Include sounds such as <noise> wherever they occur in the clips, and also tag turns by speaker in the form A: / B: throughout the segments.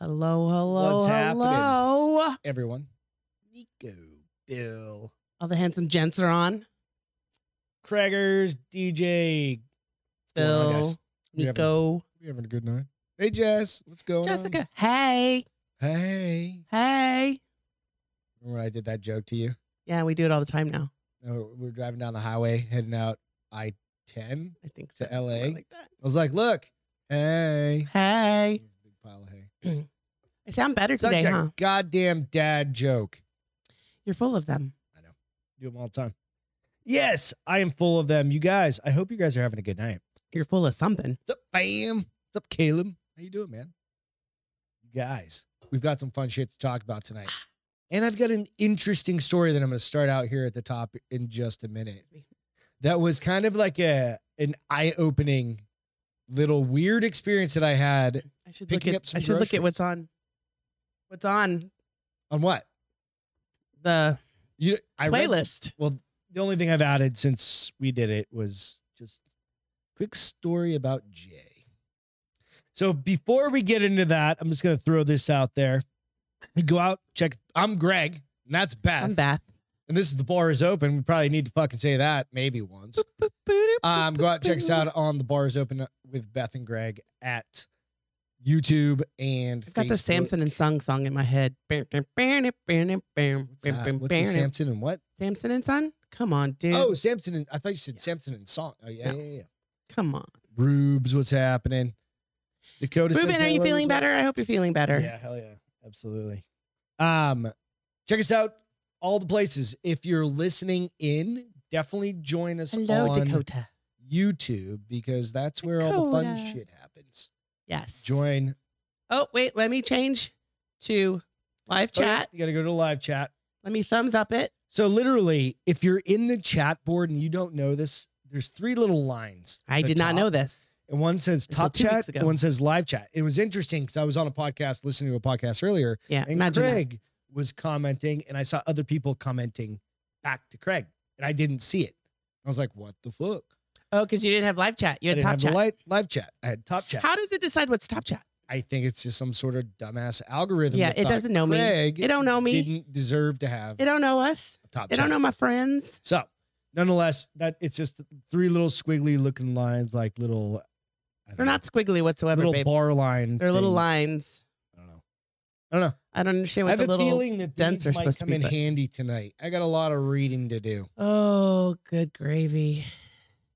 A: Hello, hello,
B: What's happening?
A: hello.
B: Everyone, Nico, Bill,
A: All the handsome gents are on.
B: Craggers, DJ, What's going on,
A: Bill,
B: guys? You having-
A: Nico,
B: you having a good night? Hey, Jess, what's going
A: Jessica. Hey,
B: on? Hey,
A: hey.
B: remember I did that joke to you?
A: Yeah, we do it all the time now.
B: No, we were driving down the highway, heading out I ten.
A: I think so.
B: To LA?
A: somewhere Like that.
B: I was like, "Look, hey,
A: Hey,
B: big pile of hay."
A: I sound better
B: Such
A: today,
B: a
A: huh?
B: goddamn dad joke.
A: You're full of them.
B: Do them all the time. Yes, I am full of them. You guys, I hope you guys are having a good night.
A: You're full of something.
B: What's up, fam? What's up, Caleb? How you doing, man? You guys, we've got some fun shit to talk about tonight. And I've got an interesting story that I'm going to start out here at the top in just a minute. That was kind of like a an eye-opening little weird experience that I had
A: I should
B: Picking
A: look
B: up
A: at.
B: some
A: I should look at
B: groceries.
A: what's on. What's on
B: on what?
A: the
B: You I read-
A: playlist?
B: well, the only thing I've added since we did it was just quick story about Jay. So before we get into that, I'm just gonna throw this out there. You go out, check. I'm Greg, and that's Beth,
A: I'm Beth.
B: and this is the bar is open. We probably need to fucking say that maybe once.
A: Uh,
B: Um, go out and check us out on the bar is open with Beth and Greg at YouTube and
A: I've got the
B: Facebook.
A: Samson and Son song in my head. What's
B: What's, that? Uh, What's the Samson and what?
A: Samson and Son? Come on, dude.
B: Oh, Samson and I thought you said
A: Yeah.
B: Samson and Song. Oh yeah,
A: No.
B: yeah, yeah.
A: Come on.
B: Rubes, what's happening? Dakota. says
A: Ruben, are you
B: hello
A: feeling
B: as well.
A: better? I hope you're feeling better.
B: Yeah, hell yeah, absolutely. Um, check us out all the places. If you're listening in, definitely join us
A: Hello,
B: on
A: Dakota.
B: YouTube because that's where all the fun
A: Dakota.
B: shit happens.
A: Yes.
B: Join
A: oh, wait, let me change to live
B: Oh, yeah,
A: chat.
B: You gotta go to live chat.
A: Let me thumbs up it.
B: So literally, if you're in the chat board and you don't know this, there's three little lines. at
A: I
B: the
A: did not
B: top.
A: know this.
B: And one says
A: Until
B: top
A: two
B: chat,
A: weeks ago.
B: and one says live chat. It was interesting because I was on a podcast listening to a podcast earlier,
A: Yeah,
B: and
A: imagine that.
B: Craig was commenting, and I saw other people commenting back to Craig, and I didn't see it. I was like, "What the fuck?"
A: Oh, because you didn't have live chat. You
B: I
A: had
B: didn't
A: top
B: have
A: chat.
B: the live, live chat. I had top chat.
A: How does it decide what's top chat?
B: I think it's just some sort of dumbass algorithm.
A: Yeah,
B: that
A: it
B: thought
A: doesn't know me.
B: Craig
A: It don't know me.
B: Didn't deserve to have
A: They don't know us.
B: a top
A: They
B: chat.
A: don't know my friends.
B: So, nonetheless, that it's just three little squiggly looking lines, like little. I don't
A: They're
B: know,
A: not squiggly whatsoever,
B: little
A: babe.
B: bar line.
A: They're little
B: things.
A: lines.
B: I don't know. I don't know.
A: I don't understand
B: I
A: what
B: have
A: the
B: a
A: little.
B: feeling that
A: dents
B: dents
A: are
B: are
A: supposed to
B: come
A: be,
B: in
A: but-
B: handy tonight. I got a lot of reading to do.
A: Oh, good gravy.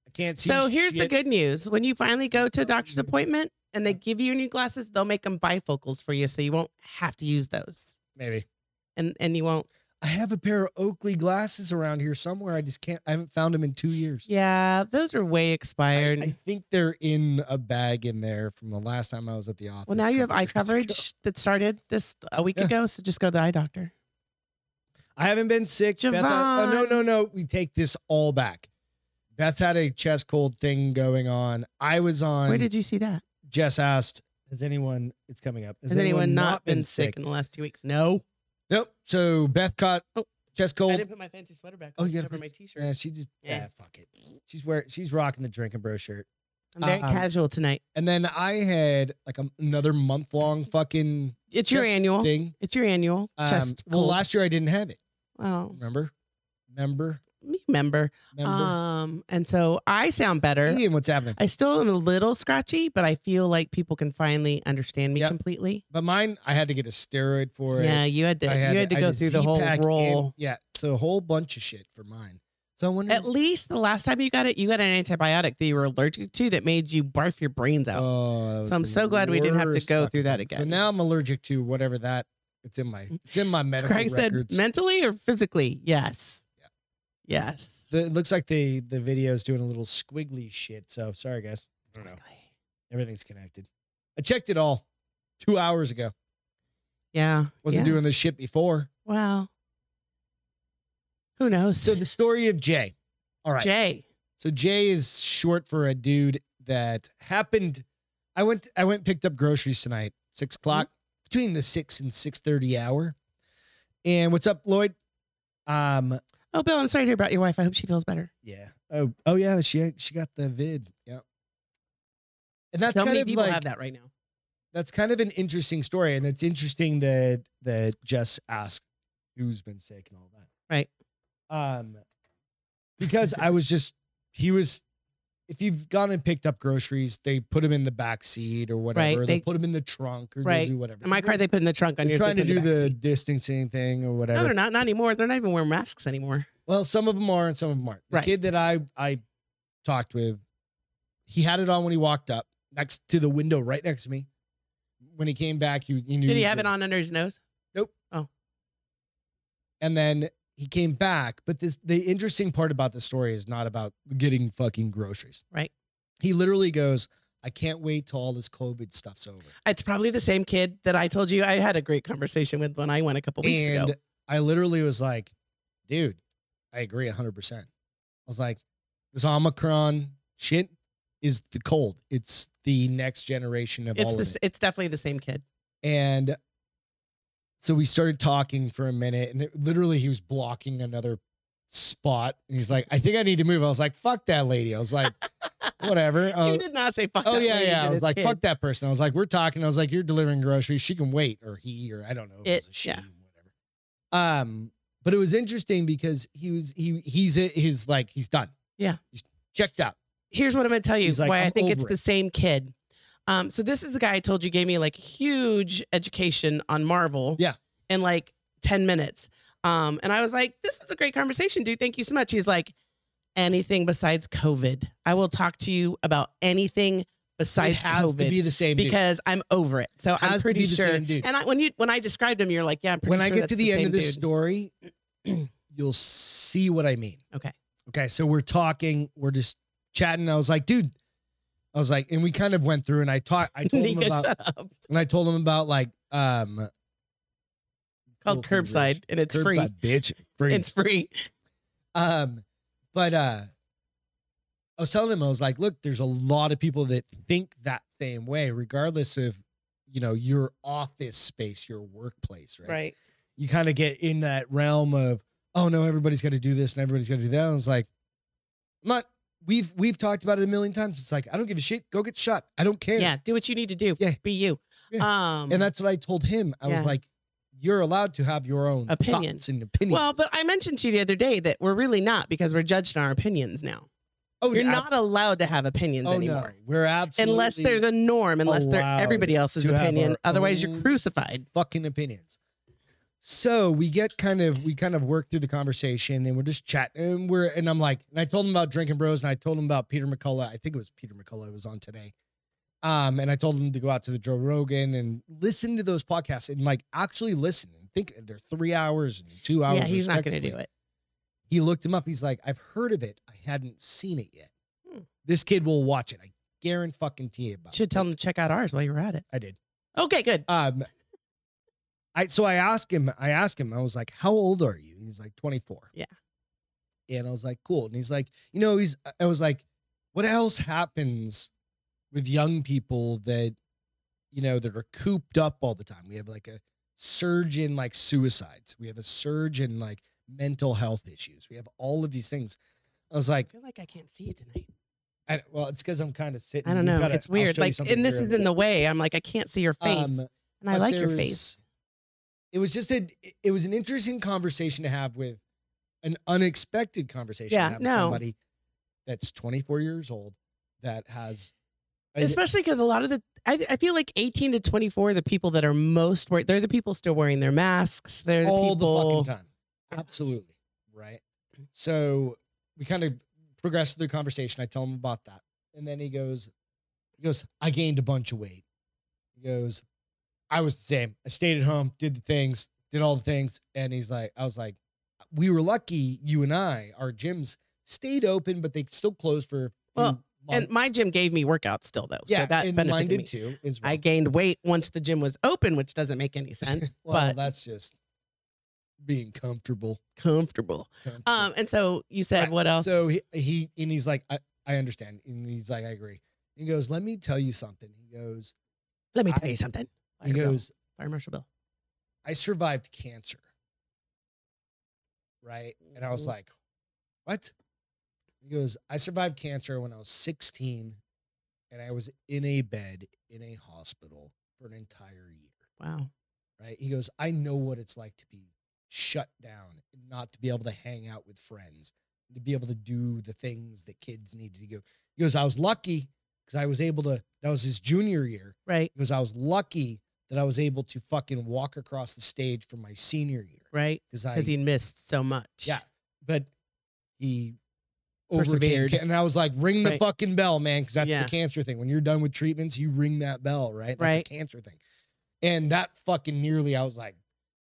B: I can't see.
A: So here's the
B: shit.
A: good news. When you finally go to a doctor's appointment and they give you new glasses, they'll make them bifocals for you so you won't have to use those.
B: Maybe
A: And and you won't
B: I have a pair of Oakley glasses around here somewhere. I just can't. I haven't found them in two years.
A: Yeah, those are way
B: I,
A: expired.
B: I think they're in a bag in there from the last time I was at the office.
A: well, now you have
B: couple <laughs>
A: eye
B: years ago.
A: coverage that started this a week
B: Yeah.
A: ago, so just go to the eye doctor.
B: I haven't been sick. Beth, I- oh, no,
A: Javon.
B: no, no. We take this all back. Beth's had a chest cold thing going on. I was on.
A: Where did you see that?
B: Jess asked, "Has anyone? It's coming up.
A: Has anyone, not, been, sick in the last two weeks? No.
B: Nope. So Beth caught
A: Oh.
B: chest
A: I
B: cold.
A: didn't put my fancy sweater back
B: Oh,
A: on
B: you gotta
A: over
B: put-
A: my t-shirt.
B: Yeah, she just
A: Yeah.
B: yeah, fuck it. She's wearing she's rocking the drinking bro shirt.
A: I'm very
B: um,
A: casual tonight.
B: And then I had like a, another month long fucking
A: Mm-hmm. It's your
B: chest
A: annual.
B: thing.
A: It's your annual
B: Um,
A: chest.
B: well,
A: cold.
B: last year I didn't have it.
A: oh,
B: Remember, remember,
A: me member.
B: remember.
A: Um, and so I sound better.
B: Ian, what's happening?
A: I still am a little scratchy, but I feel like people can finally understand me
B: Yep.
A: completely.
B: But mine, I had to get a steroid for it.
A: Yeah, you had to
B: I had
A: you had to
B: I
A: go through the whole
B: Z-Pak and-
A: roll.
B: yeah, so a whole bunch of shit for mine. So I wonder.
A: At least the last time you got it, you got an antibiotic that you were allergic to that made you barf your brains out.
B: Oh, that was
A: So I'm
B: the
A: so glad we didn't have to
B: worst
A: go
B: fucking
A: through that
B: thing. So
A: again.
B: now I'm allergic to whatever that. It's in my it's in my medical
A: Craig
B: records.
A: said, mentally or physically? Yes. Yes.
B: The, it looks like the the video is doing a little squiggly shit. So sorry, guys. I don't know. Everything's connected. I checked it all two hours ago.
A: Yeah.
B: Wasn't
A: yeah.
B: doing this shit before.
A: Wow. Who knows?
B: So the story of Jay. All right.
A: Jay.
B: So Jay is short for a dude that happened. I went. I went and picked up groceries tonight, six
A: Mm-hmm.
B: o'clock, between the six and six thirty hour. And what's up, Lloyd? Um.
A: Oh, Bill, I'm sorry to hear about your wife. I hope she feels better.
B: Yeah. Oh. Oh yeah. She she got the vid. Yep. And that's
A: so
B: kind
A: many
B: of
A: people
B: like
A: have that right now.
B: that's kind of an interesting story, and it's interesting that that Jess asked who's been sick and all that.
A: Right.
B: Um, because I was just he was. If you've gone and picked up groceries, they put them in the back seat or whatever. They'll
A: they-
B: put them in the trunk or
A: Right.
B: they'll do whatever.
A: In my
B: Because
A: car, they put in the trunk
B: they're,
A: on
B: they're
A: your
B: trying to do the,
A: backseat.
B: distancing thing or whatever.
A: No, they're not. Not anymore. They're not even wearing masks anymore.
B: Well, some of them are and some of them aren't. The
A: Right.
B: kid that I I talked with, he had it on when he walked up next to the window, right next to me. When he came back, he, he knew.
A: Did he
B: was
A: have it
B: good.
A: on under his nose?
B: And then he came back. But this the interesting part about the story is not about getting fucking groceries.
A: Right.
B: He literally goes, "I can't wait till all this COVID stuff's over."
A: It's probably the same kid that I told you I had a great conversation with when I went a couple weeks
B: and
A: ago.
B: I literally was like, dude, I agree 100%. I was like, this Omicron shit is the cold. It's the next generation of
A: It's
B: all
A: the,
B: of
A: s-
B: it.
A: it's definitely the same kid.
B: And so we started talking for a minute, and it- literally he was blocking another spot. And he's like, I think I need to move. I was like, fuck that lady. I was
A: <laughs>
B: like, whatever. Uh,
A: you did not say fuck.
B: oh,
A: that
B: yeah,
A: lady
B: yeah.
A: to
B: I
A: this
B: was like,
A: kid.
B: fuck that person. I was like, we're talking. I was like, you're delivering groceries. She can wait, or he, or I don't know. if
A: It-
B: was a she,
A: yeah.
B: whatever. Um, but it was interesting because he was he he's at his like he's done.
A: Yeah.
B: He's checked out.
A: here's what I'm going to tell you
B: He's like,
A: why i
B: "I'm
A: think it's
B: over
A: the
B: it."
A: same kid. Um, so this is the guy I told you gave me like huge education on Marvel.
B: Yeah.
A: In like 10 minutes. Um, and I was like, this was a great conversation, dude. Thank you so much. He's like, anything besides COVID. I will talk to you about anything
B: It
A: besides
B: has to
A: COVID
B: be the same dude.
A: because I'm over it. So I'm
B: Has to
A: pretty
B: be the
A: sure.
B: same dude.
A: And I, when you when I described him, you're like, yeah, I'm pretty
B: When
A: sure
B: I get
A: that's
B: to the, end
A: same
B: of this
A: dude.
B: story, <clears throat> you'll see what I mean.
A: Okay.
B: Okay. So we're talking, we're just chatting. I was like, dude, I was like, and we kind of went through and I talked I told
A: <laughs>
B: him
A: Nico,
B: about
A: shut up.
B: and I told him about like um
A: Called
B: Little Fingers.
A: curbside, and it's free.
B: Curbside, bitch. Free.
A: It's free.
B: Um, but uh, I was telling him, I was like, look, there's a lot of people that think that same way, regardless of, you know, your office space, your workplace, right?
A: right.
B: You kind of get in that realm of, oh no, everybody's got to do this and everybody's got to do that. And it's like, I'm not. We've we've talked about it a million times. It's like I don't give a shit. Go get shot. I don't care.
A: Yeah, do what you need to do.
B: Yeah.
A: Be you. Um
B: And that's what I told him. I
A: Yeah.
B: was like, you're allowed to have your own
A: Opinion.
B: thoughts and opinions.
A: well, but I mentioned to you the other day that we're really not because we're judged on our opinions now.
B: oh,
A: You're
B: abs-
A: not allowed to have opinions
B: oh,
A: anymore.
B: No. We're absolutely
A: Unless they're the norm, unless they're
B: allowed
A: everybody else's
B: to have
A: opinion.
B: our
A: Otherwise you're
B: own-
A: crucified.
B: fucking opinions. So we get kind of we kind of work through the conversation and we're just chatting and we're and I'm like and I told him about drinking bros and I told him about Peter McCullough. I think it was Peter McCullough was on today. Um, and I told him to go out to the Joe Rogan and listen to those podcasts and like actually listen and think they're three hours and two hours.
A: Yeah, he's not gonna
B: respectively.
A: do it.
B: He looked him up. He's like, I've heard of it. I hadn't seen it yet.
A: Hmm.
B: This kid will watch it. I guarantee fucking you about
A: Should tell him to check out ours while you're at it.
B: I did.
A: Okay, good.
B: Um, I so I asked him. I asked him. I was like, "How old are you?" And he was like, "24."
A: Yeah.
B: And I was like, "Cool." And he's like, "You know, he's." I was like, "What else happens with young people that, you know, that are cooped up all the time? We have like a surge in like suicides. We have a surge in like mental health issues. We have all of these things." I was
A: I
B: like,
A: feel like I can't see you tonight.
B: I, "Well, it's because I'm kind of sitting.
A: I don't
B: You've
A: know.
B: gotta-
A: it's
B: I'll
A: weird.
B: show you
A: Like
B: something
A: and this
B: here in
A: is
B: a
A: in the way. I'm like, I can't see your
B: minute.
A: face.
B: Um,
A: and I
B: but
A: like your
B: there
A: face.
B: was- It was just a. It was an interesting conversation to have with an unexpected conversation.
A: Yeah,
B: to have
A: no.
B: With somebody that's 24 years old that has. I-
A: especially because a lot of the I, I feel like 18 to 24 are the people that are most worried they're the people still wearing their masks they're the
B: all
A: people
B: the fucking time. <laughs> Absolutely. Right. So we kind of progress through the conversation. I tell him about that. And then he goes, he goes, I gained a bunch of weight. He goes, I was the same. I stayed at home, did the things, did all the things. And he's like, I was like, we were lucky, you and I, our gyms stayed open, but they still closed for a few
A: Well, and
B: months."
A: my gym gave me workouts still though
B: yeah,
A: so that
B: and
A: benefited
B: mine did
A: me
B: too. Is
A: i gained weight once the gym was open which doesn't make
B: <laughs>
A: any sense
B: well,
A: but
B: that's just being comfortable.
A: comfortable
B: comfortable.
A: um and so you said
B: Right.
A: what else
B: So he, he and he's like, I, I understand. And he's like, I agree. He goes, Let me tell you something. He goes,
A: let me tell
B: I-
A: you something
B: he
A: fire bill.
B: goes,
A: fire marshal bill
B: I survived cancer. Right. And I was
A: Mhm.
B: like, What? He goes, I survived cancer when I was 16 and I was in a bed in a hospital for an entire year.
A: Wow.
B: Right. He goes, I know what it's like to be shut down and not to be able to hang out with friends, to be able to do the things that kids needed to go. He goes, I was lucky because I was able to, that was his junior year.
A: Right.
B: He goes, I was lucky that I was able to fucking walk across the stage for my senior year.
A: Right.
B: Because I
A: Because he missed so much.
B: yeah, but he
A: Persevered.
B: overcame. ca- And I was like, ring the
A: Right.
B: fucking bell, man, because that's
A: Yeah.
B: the cancer thing. When you're done with treatments, you ring that bell, right? That's a
A: Right.
B: cancer thing. And that fucking nearly, I was like,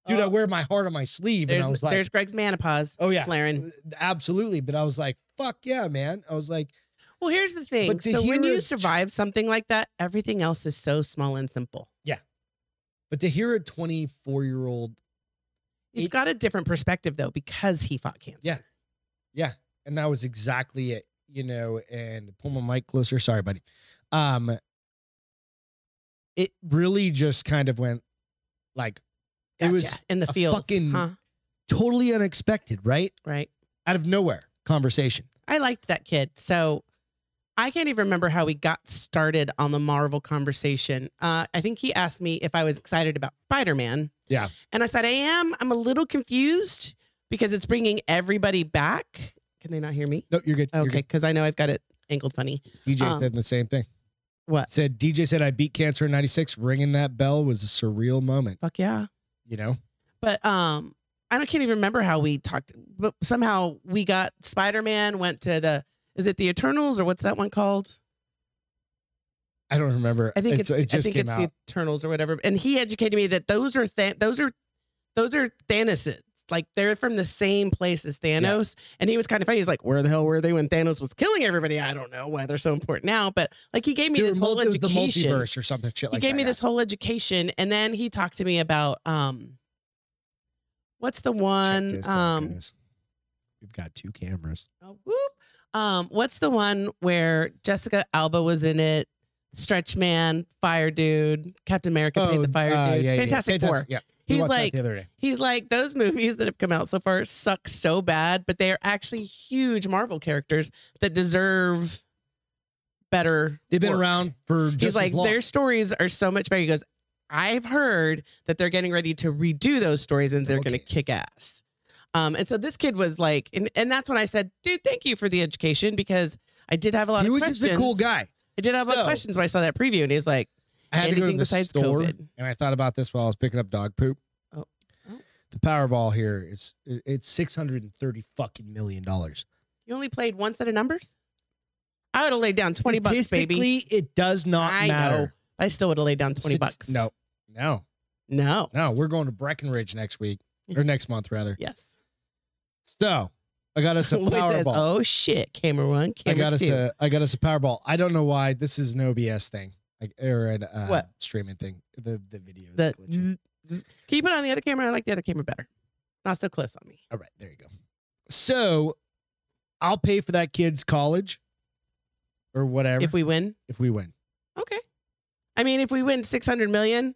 B: dude, I
A: Oh.
B: wear my heart on my sleeve. And
A: There's,
B: I was like,
A: there's Greg's menopause
B: oh yeah,
A: flaring.
B: absolutely. But I was like, fuck yeah, man. I was like,
A: Well, here's the thing.
B: But to
A: So when
B: hear
A: you
B: a ch-
A: survive something like that, everything else is so small and simple.
B: but to hear a 24 year old,
A: He's
B: It-
A: got a different perspective though because he fought cancer.
B: Yeah. and that was exactly it, you know, and pull my mic closer. Sorry, buddy. Um, it really just kind of went like,
A: Gotcha.
B: It was
A: in the
B: a
A: field.
B: fucking-
A: huh?
B: totally unexpected, right?
A: Right.
B: Out of nowhere conversation.
A: I liked that kid. So I can't even remember how we got started on the Marvel conversation. Uh, I think he asked me if I was excited about Spider Man.
B: Yeah.
A: And I said, I am. I'm a little confused because it's bringing everybody back. Can they not hear me?
B: No, you're good. You're
A: Okay.
B: good.
A: Because I know I've got it angled funny.
B: DJ
A: Um,
B: said the same thing.
A: What?
B: Said DJ said I beat cancer in '96. Ringing that bell was a surreal moment.
A: Fuck yeah.
B: You know,
A: But um, I don't, can't even remember how we talked, but somehow we got Spider Man, went to the, is it the Eternals or what's that one called?
B: I don't remember.
A: I think it's,
B: it just
A: I think
B: came
A: it's
B: out.
A: the Eternals or whatever. And he educated me that those are Than- those are those are Thanosids. Like they're from the same place as Thanos. And he was kind of funny. He was like, "Where the hell were they when Thanos was killing everybody? I don't know why they're so important now." But like he gave me
B: They were
A: this whole
B: mul- it was the
A: education.
B: multiverse or something. Shit
A: he
B: like
A: gave
B: that,
A: me
B: yeah.
A: this whole education, and then he talked to me about um, what's the
B: Check
A: one
B: this out,
A: um
B: guys. We've got two cameras.
A: Oh, whoop. Um, what's the one where Jessica Alba was in it? Stretch Man, Fire Dude, Captain America played the Fire
B: uh,
A: Dude.
B: yeah, yeah, yeah.
A: Fantastic Four.
B: Yeah, we
A: He's
B: watched that
A: like,
B: the other day.
A: he's like, those movies that have come out so far suck so bad, but they are actually huge Marvel characters that deserve better.
B: They've been
A: work.
B: around for just
A: He's like,
B: as long.
A: their stories are so much better. He goes, I've heard that they're getting ready to redo those stories and they're going to
B: Okay.
A: kick ass. Um, and so this kid was like, and, and that's when I said, dude, thank you for the education because I did have a lot
B: He
A: of
B: was
A: questions.
B: just a cool guy.
A: I did have a lot
B: So-
A: of questions when I saw that preview, and he's like,
B: I had to go
A: anything
B: to the
A: besides
B: store,
A: COVID.
B: and I thought about this while I was picking up dog poop.
A: Oh. Oh.
B: The Powerball here is it- it's six hundred and thirty fucking million dollars.
A: You only played one set of numbers? I would have laid down 20 bucks, baby.
B: Statistically, It does not
A: I
B: matter.
A: know. I still would have laid down 20
B: Stat-
A: bucks.
B: No, no,
A: No.
B: no. We're going to Breckenridge next week
A: <laughs>
B: or next month rather.
A: Yes.
B: So I got
A: <laughs>
B: us a
A: Lloyd says,
B: Powerball.
A: oh, shit. Camera one,
B: I
A: camera
B: got us
A: two.
B: a I got us a Powerball. I don't know why this is an OBS thing like, or an uh,
A: What?
B: streaming thing. The the video. is
A: the
B: glitching.
A: zzz, zzz. Can you put it on the other camera? I like the other camera better. Not so close on me.
B: All right, there you go. So I'll pay for that kid's college or whatever
A: If we win,
B: if we win.
A: okay. I mean, if we win six hundred million,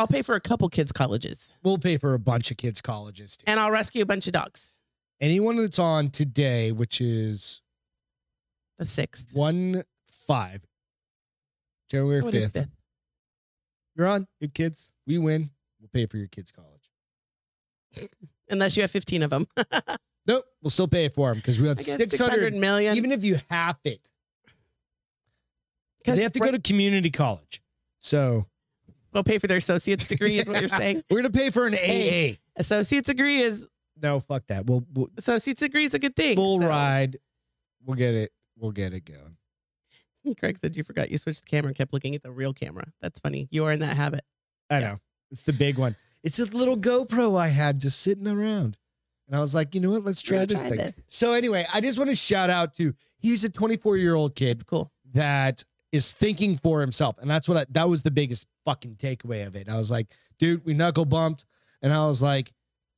A: I'll pay for a couple kids' colleges,
B: We'll pay for a bunch of kids' colleges too.
A: and I'll rescue a bunch of dogs.
B: Anyone that's on today, which is
A: The sixth.
B: one five, January
A: What is
B: fifth.
A: fifth?
B: You're on. You have kids. We win. We'll pay for your kids' college.
A: Unless you have fifteen of them. I
B: Nope, we'll still pay for them because we have
A: guess
B: six hundred.
A: million.
B: Even if you half it,
A: 'Cause
B: they have to go to community college. So
A: We'll pay for their
B: <laughs>
A: associate's degree. Is what you're saying?
B: we're gonna pay for an
A: Hey.
B: AA.
A: Associate's degree is
B: No, fuck that. We'll, we'll
A: associate's degree is a good thing.
B: full
A: so-
B: ride. We'll get it. We'll get it going.
A: Craig said you forgot you switched the camera and kept looking at the real camera. That's funny. You are in that habit.
B: I
A: Yeah.
B: know. It's the big one. It's a little GoPro I had just sitting around. And I was like, you know what? Let's try
A: We're
B: this
A: gonna
B: thing.
A: try this.
B: So anyway, I just want to shout out to he's a 24 year old kid
A: It's cool.
B: that is thinking for himself. And that's what I, that was the biggest fucking takeaway of it. I was like, dude, we knuckle bumped. And I was like,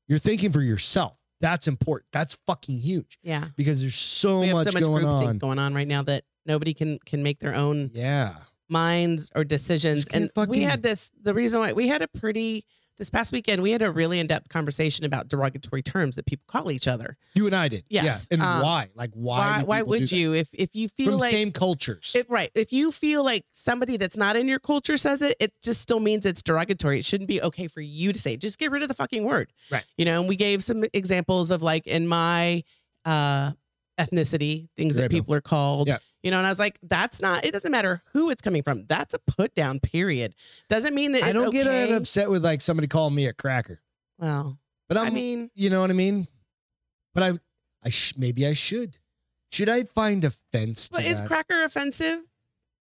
B: you're thinking for yourself. That's important. That's fucking huge
A: Yeah.
B: because there's so,
A: we have
B: much,
A: so much
B: going
A: groupthink
B: on.
A: going on right now that nobody can can make their own
B: Yeah.
A: minds or decisions.
B: Just can't
A: And we
B: fucking-
A: had this the reason why we had a pretty this past weekend we had a really in-depth conversation about derogatory terms that people call each other.
B: You and I did.
A: Yes,
B: Yeah. And
A: um,
B: why? Like why?
A: Why?
B: do
A: Why
B: people
A: would
B: do that?
A: you? If if you feel
B: From
A: like
B: same cultures.
A: It, right. If you feel like somebody that's not in your culture says it, it just still means it's derogatory. It shouldn't be okay for you to say. it. Just get rid of the fucking word.
B: Right.
A: You know, and we gave some examples of like in my uh ethnicity, things that
B: Right, Bill.
A: people are called.
B: Yeah.
A: You know, and I was like, that's not it doesn't matter who it's coming from. That's a put down period. Doesn't mean that
B: I
A: it's
B: don't get
A: okay.
B: that upset with like somebody calling me a cracker.
A: Well,
B: But I'm
A: I mean,
B: You know what I mean? But I, I sh- maybe I should. Should I find offense to
A: but is
B: that?
A: cracker offensive?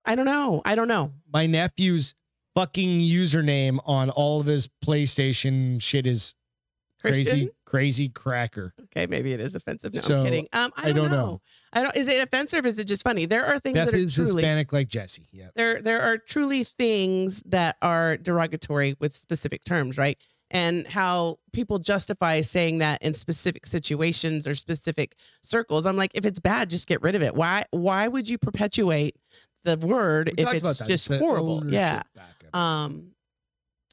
A: I don't know. I don't know.
B: My nephew's fucking username on all of his PlayStation shit is
A: Christian?
B: crazy, crazy cracker.
A: Okay, maybe it is offensive. No,
B: So,
A: I'm kidding. Um, I don't, know. I don't. Is it offensive? Or is it just funny? There are things
B: Beth
A: that are
B: is
A: truly
B: Hispanic like Jesse. Yeah.
A: there. There are truly things that are derogatory with specific terms, right? And how people justify saying that in specific situations or specific circles. I'm like, if it's bad, just get rid of it. Why? Why would you perpetuate the word
B: We
A: if
B: talked about
A: it's
B: that.
A: just
B: the
A: horrible?
B: ownership
A: Yeah.
B: back of it.
A: Um,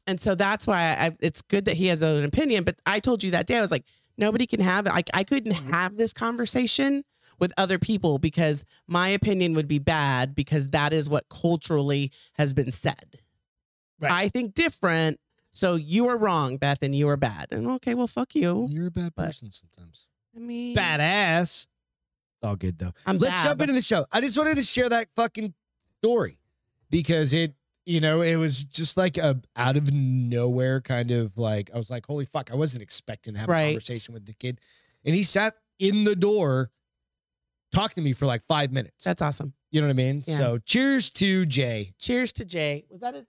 A: and so that's why I, it's good that he has an opinion. But I told you that day, I was like, nobody can have it. Like, I couldn't
B: Mm-hmm.
A: have this conversation with other people because my opinion would be bad because that is what culturally has been said.
B: Right.
A: I think different. So you are wrong, Beth, and you are bad. And okay, well, fuck you.
B: You're a bad
A: Um, but-
B: person sometimes.
A: I mean,
B: Badass. All good though.
A: I'm
B: Let's
A: bad.
B: jump into the show. I just wanted to share that fucking story because it, you know, it was just like a out of nowhere kind of like I was like, holy fuck, I wasn't expecting to have a
A: Right.
B: conversation with the kid, and he sat in the door talking to me for like five minutes.
A: That's awesome.
B: you know what I mean?
A: Yeah.
B: So cheers to Jay.
A: Cheers to Jay. Was that his?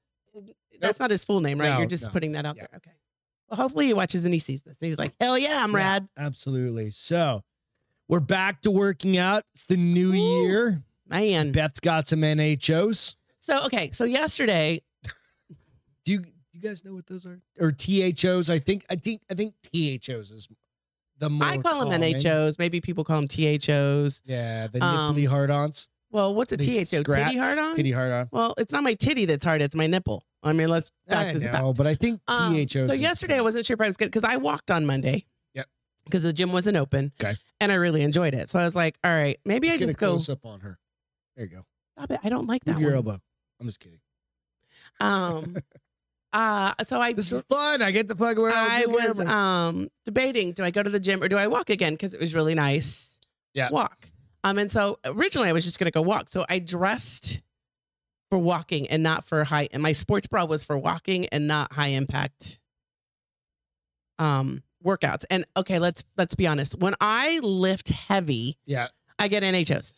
A: That's not his full name, right?
B: No,
A: You're just
B: no.
A: putting that out
B: Yeah.
A: there. Okay. Well, hopefully he watches and he sees this. And he's like, hell yeah, I'm
B: Yeah.
A: rad.
B: Absolutely. So we're back to working out. It's the new
A: Woo.
B: year.
A: Man.
B: Beth's got some NHOs.
A: So okay, so yesterday,
B: Do you you guys know what those are? Or THOs? I think I think I think THOs is the more
A: I call them
B: common.
A: NHOs. Maybe people call them THOs.
B: Yeah, the
A: Um,
B: nipply hard-ons,
A: Well, what's a
B: They
A: THO?
B: scratch-
A: titty hard on?
B: titty hard-on.
A: Well, it's not my titty that's hard; it's my nipple. I mean, let's
B: I
A: fact is a fact.
B: know, but I think THOs.
A: Um,
B: is
A: so yesterday I
B: common.
A: wasn't sure if I was good because I walked on Monday.
B: Yep.
A: Because the gym wasn't open.
B: Okay.
A: And I really enjoyed it, so I was like, all right, maybe
B: Just
A: I
B: get a
A: just go.
B: close up on her. There you go.
A: Stop it! I don't like
B: Move
A: that
B: your
A: one.
B: elbow. I'm just kidding.
A: Um. Uh, so I
B: This is fun. I get to fuck around.
A: I
B: with your
A: was
B: cameras.
A: um debating do I go to the gym or do I walk again because it was really nice.
B: Yeah.
A: Walk. Um and so originally I was just going to go walk. So I dressed for walking and not for high and my sports bra was for walking and not high impact um workouts. And okay, let's let's be honest. When I lift heavy,
B: yeah,
A: I get NHOs.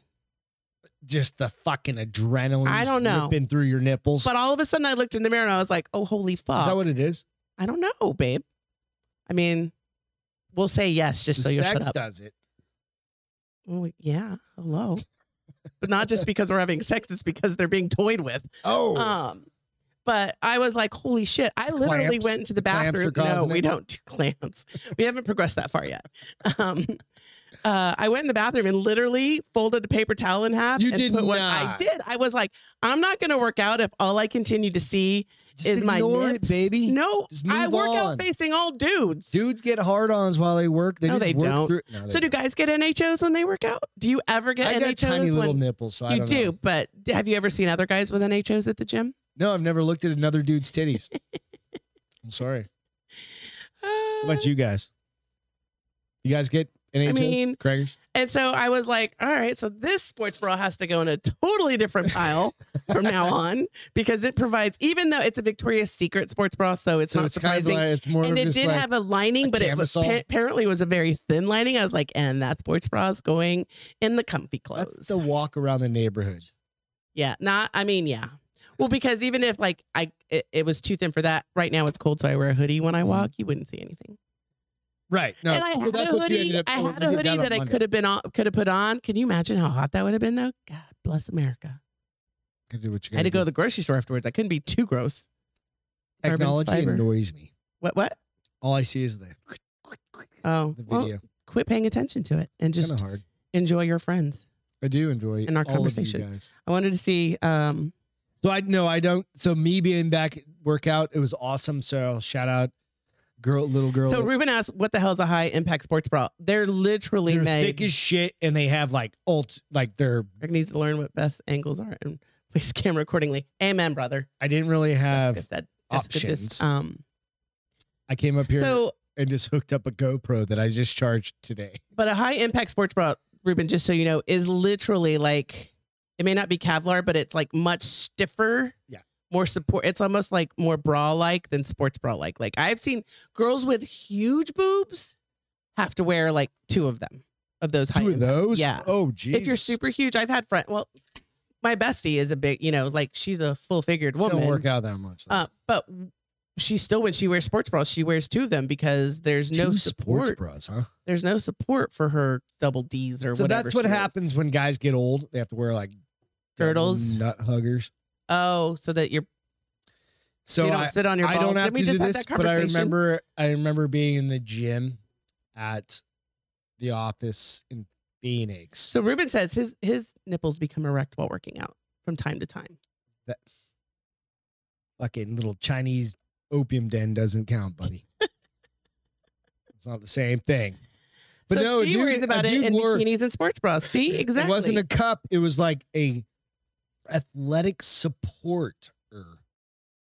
B: just the fucking adrenaline.
A: I don't know.
B: Been through your nipples.
A: But all of a sudden I looked in the mirror and I was like, "Oh, holy
B: is
A: fuck."
B: that what it is?
A: I don't know, babe. I mean, we'll say yes just so
B: The
A: you'll shut
B: sex
A: up.
B: does it.
A: Well, yeah, hello. but not just because we're having sex, it's because they're being toyed with.
B: Oh,
A: Um, but I was like, holy shit. I literally
B: Clamps.
A: went into the
B: The clamps
A: bathroom.
B: are
A: No,
B: causing
A: we
B: it.
A: don't do clamps. we haven't progressed that far yet. Um, uh, I went in the bathroom and literally folded a paper towel in half.
B: You
A: and
B: did
A: put one- I
B: not.
A: did. I was like, I'm not going to work out if all I continue to see.
B: just
A: is my
B: ignore it,
A: nips-
B: baby.
A: No,
B: Just
A: I
B: move
A: work
B: on.
A: out facing all dudes.
B: Dudes get hard-ons while they work. They
A: No,
B: just
A: they
B: work
A: don't.
B: through- No, they
A: so, do
B: don't.
A: guys get NHOs when they work out? Do you ever get
B: I
A: NHOs
B: got tiny
A: when
B: little nipples, so I
A: you
B: don't
A: do,
B: know.
A: but d- have you ever seen other guys with NHOs at the gym?
B: No, I've never looked at another dude's
A: <laughs>
B: titties. I'm sorry. How
A: Uh,
B: about you guys? You guys get NHOs?
A: mean-
B: Craigers?
A: And so I was like, all right, so this sports bra has to go in a totally different pile <laughs>
B: <laughs>
A: from now on because it provides, even though it's a Victoria's Secret sports bra, so it's
B: so
A: not
B: it's kind of
A: surprising.
B: like it's more
A: and
B: of
A: it
B: just
A: did
B: like
A: have a lining,
B: a
A: but it was
B: camisole.
A: pa- apparently it was a very thin lining. I was like, and that sports bra is going in the comfy
B: that's
A: clothes.
B: the walk around the neighborhood.
A: yeah, not. I mean, yeah. Well, because even if like I, it, it was too thin for that. Right now it's cold, so I wear a hoodie when I
B: Mhm.
A: walk. You wouldn't see anything.
B: Right. No,
A: and I
B: well,
A: had
B: that's
A: a
B: what you ended
A: hoodie.
B: up-
A: I
B: oh,
A: had
B: you
A: a
B: did that
A: hoodie
B: on
A: that I
B: Monday.
A: could have been on, could have put on. Can you imagine how hot that would have been though? God bless America.
B: Gotta do what you
A: I had to
B: gotta
A: go to
B: do.
A: the grocery store afterwards. I couldn't be too gross. carbon
B: Technology
A: fiber.
B: annoys me.
A: What? What?
B: All I see is the,
A: Oh,
B: the
A: well,
B: video.
A: quit paying attention to it
B: Kind
A: and just
B: of hard.
A: enjoy your friends.
B: I do enjoy
A: In
B: all
A: our
B: of you
A: conversation.
B: guys.
A: I wanted to see. Um,
B: So I no, I don't. So me being back at workout, it was awesome. So shout out girl, little girl.
A: So
B: that-
A: Ruben asked, "What the hell's a high impact sports bra?" They're literally
B: they're
A: made.
B: thick as shit, and they have like alt, like they're.
A: Greg needs to learn what Beth angles are and place camera accordingly. Amen, brother.
B: I didn't really have.
A: Jessica said. Jessica
B: options.
A: just um.
B: I came up here
A: So,
B: and just hooked up a GoPro that I just charged
A: <laughs>
B: today.
A: but a high impact sports bra, Ruben, just so you know, is literally like it may not be Kevlar, but it's like much stiffer.
B: Yeah.
A: More support. It's almost like more bra like than sports bra like. Like I've seen girls with huge boobs have to wear like two of them of those high
B: Two of
A: impact
B: those.
A: Yeah.
B: Oh, Jesus.
A: if you're super huge, I've had friend. Well, my bestie is a big, you know, like she's a full figured
B: She don't
A: woman.
B: work out that much. though.
A: Uh, but she still, when she wears sports bras, she wears two of them because there's no
B: Two
A: support.
B: sports bras, huh?
A: There's no support for her double D's or
B: So
A: whatever.
B: that's what
A: she wears.
B: happens when guys get old. They have to wear like
A: Girdles.
B: nut huggers.
A: Oh, so that you're so,
B: So
A: you don't
B: I,
A: sit on your.
B: I
A: balls.
B: don't have
A: Didn't we
B: to do
A: just have
B: this,
A: that
B: but I
A: conversation?
B: remember I remember being in the gym at the office in Phoenix.
A: So Ruben says his his nipples become erect while working out from time to time.
B: That fucking little Chinese opium den doesn't count, buddy.
A: <laughs>
B: it's not the same thing. But
A: so
B: no,
A: she
B: dude,
A: worries
B: a
A: about it
B: dude
A: in
B: wore-
A: bikinis and sports bras. See, exactly.
B: It wasn't a cup. It was like a athletic supporter.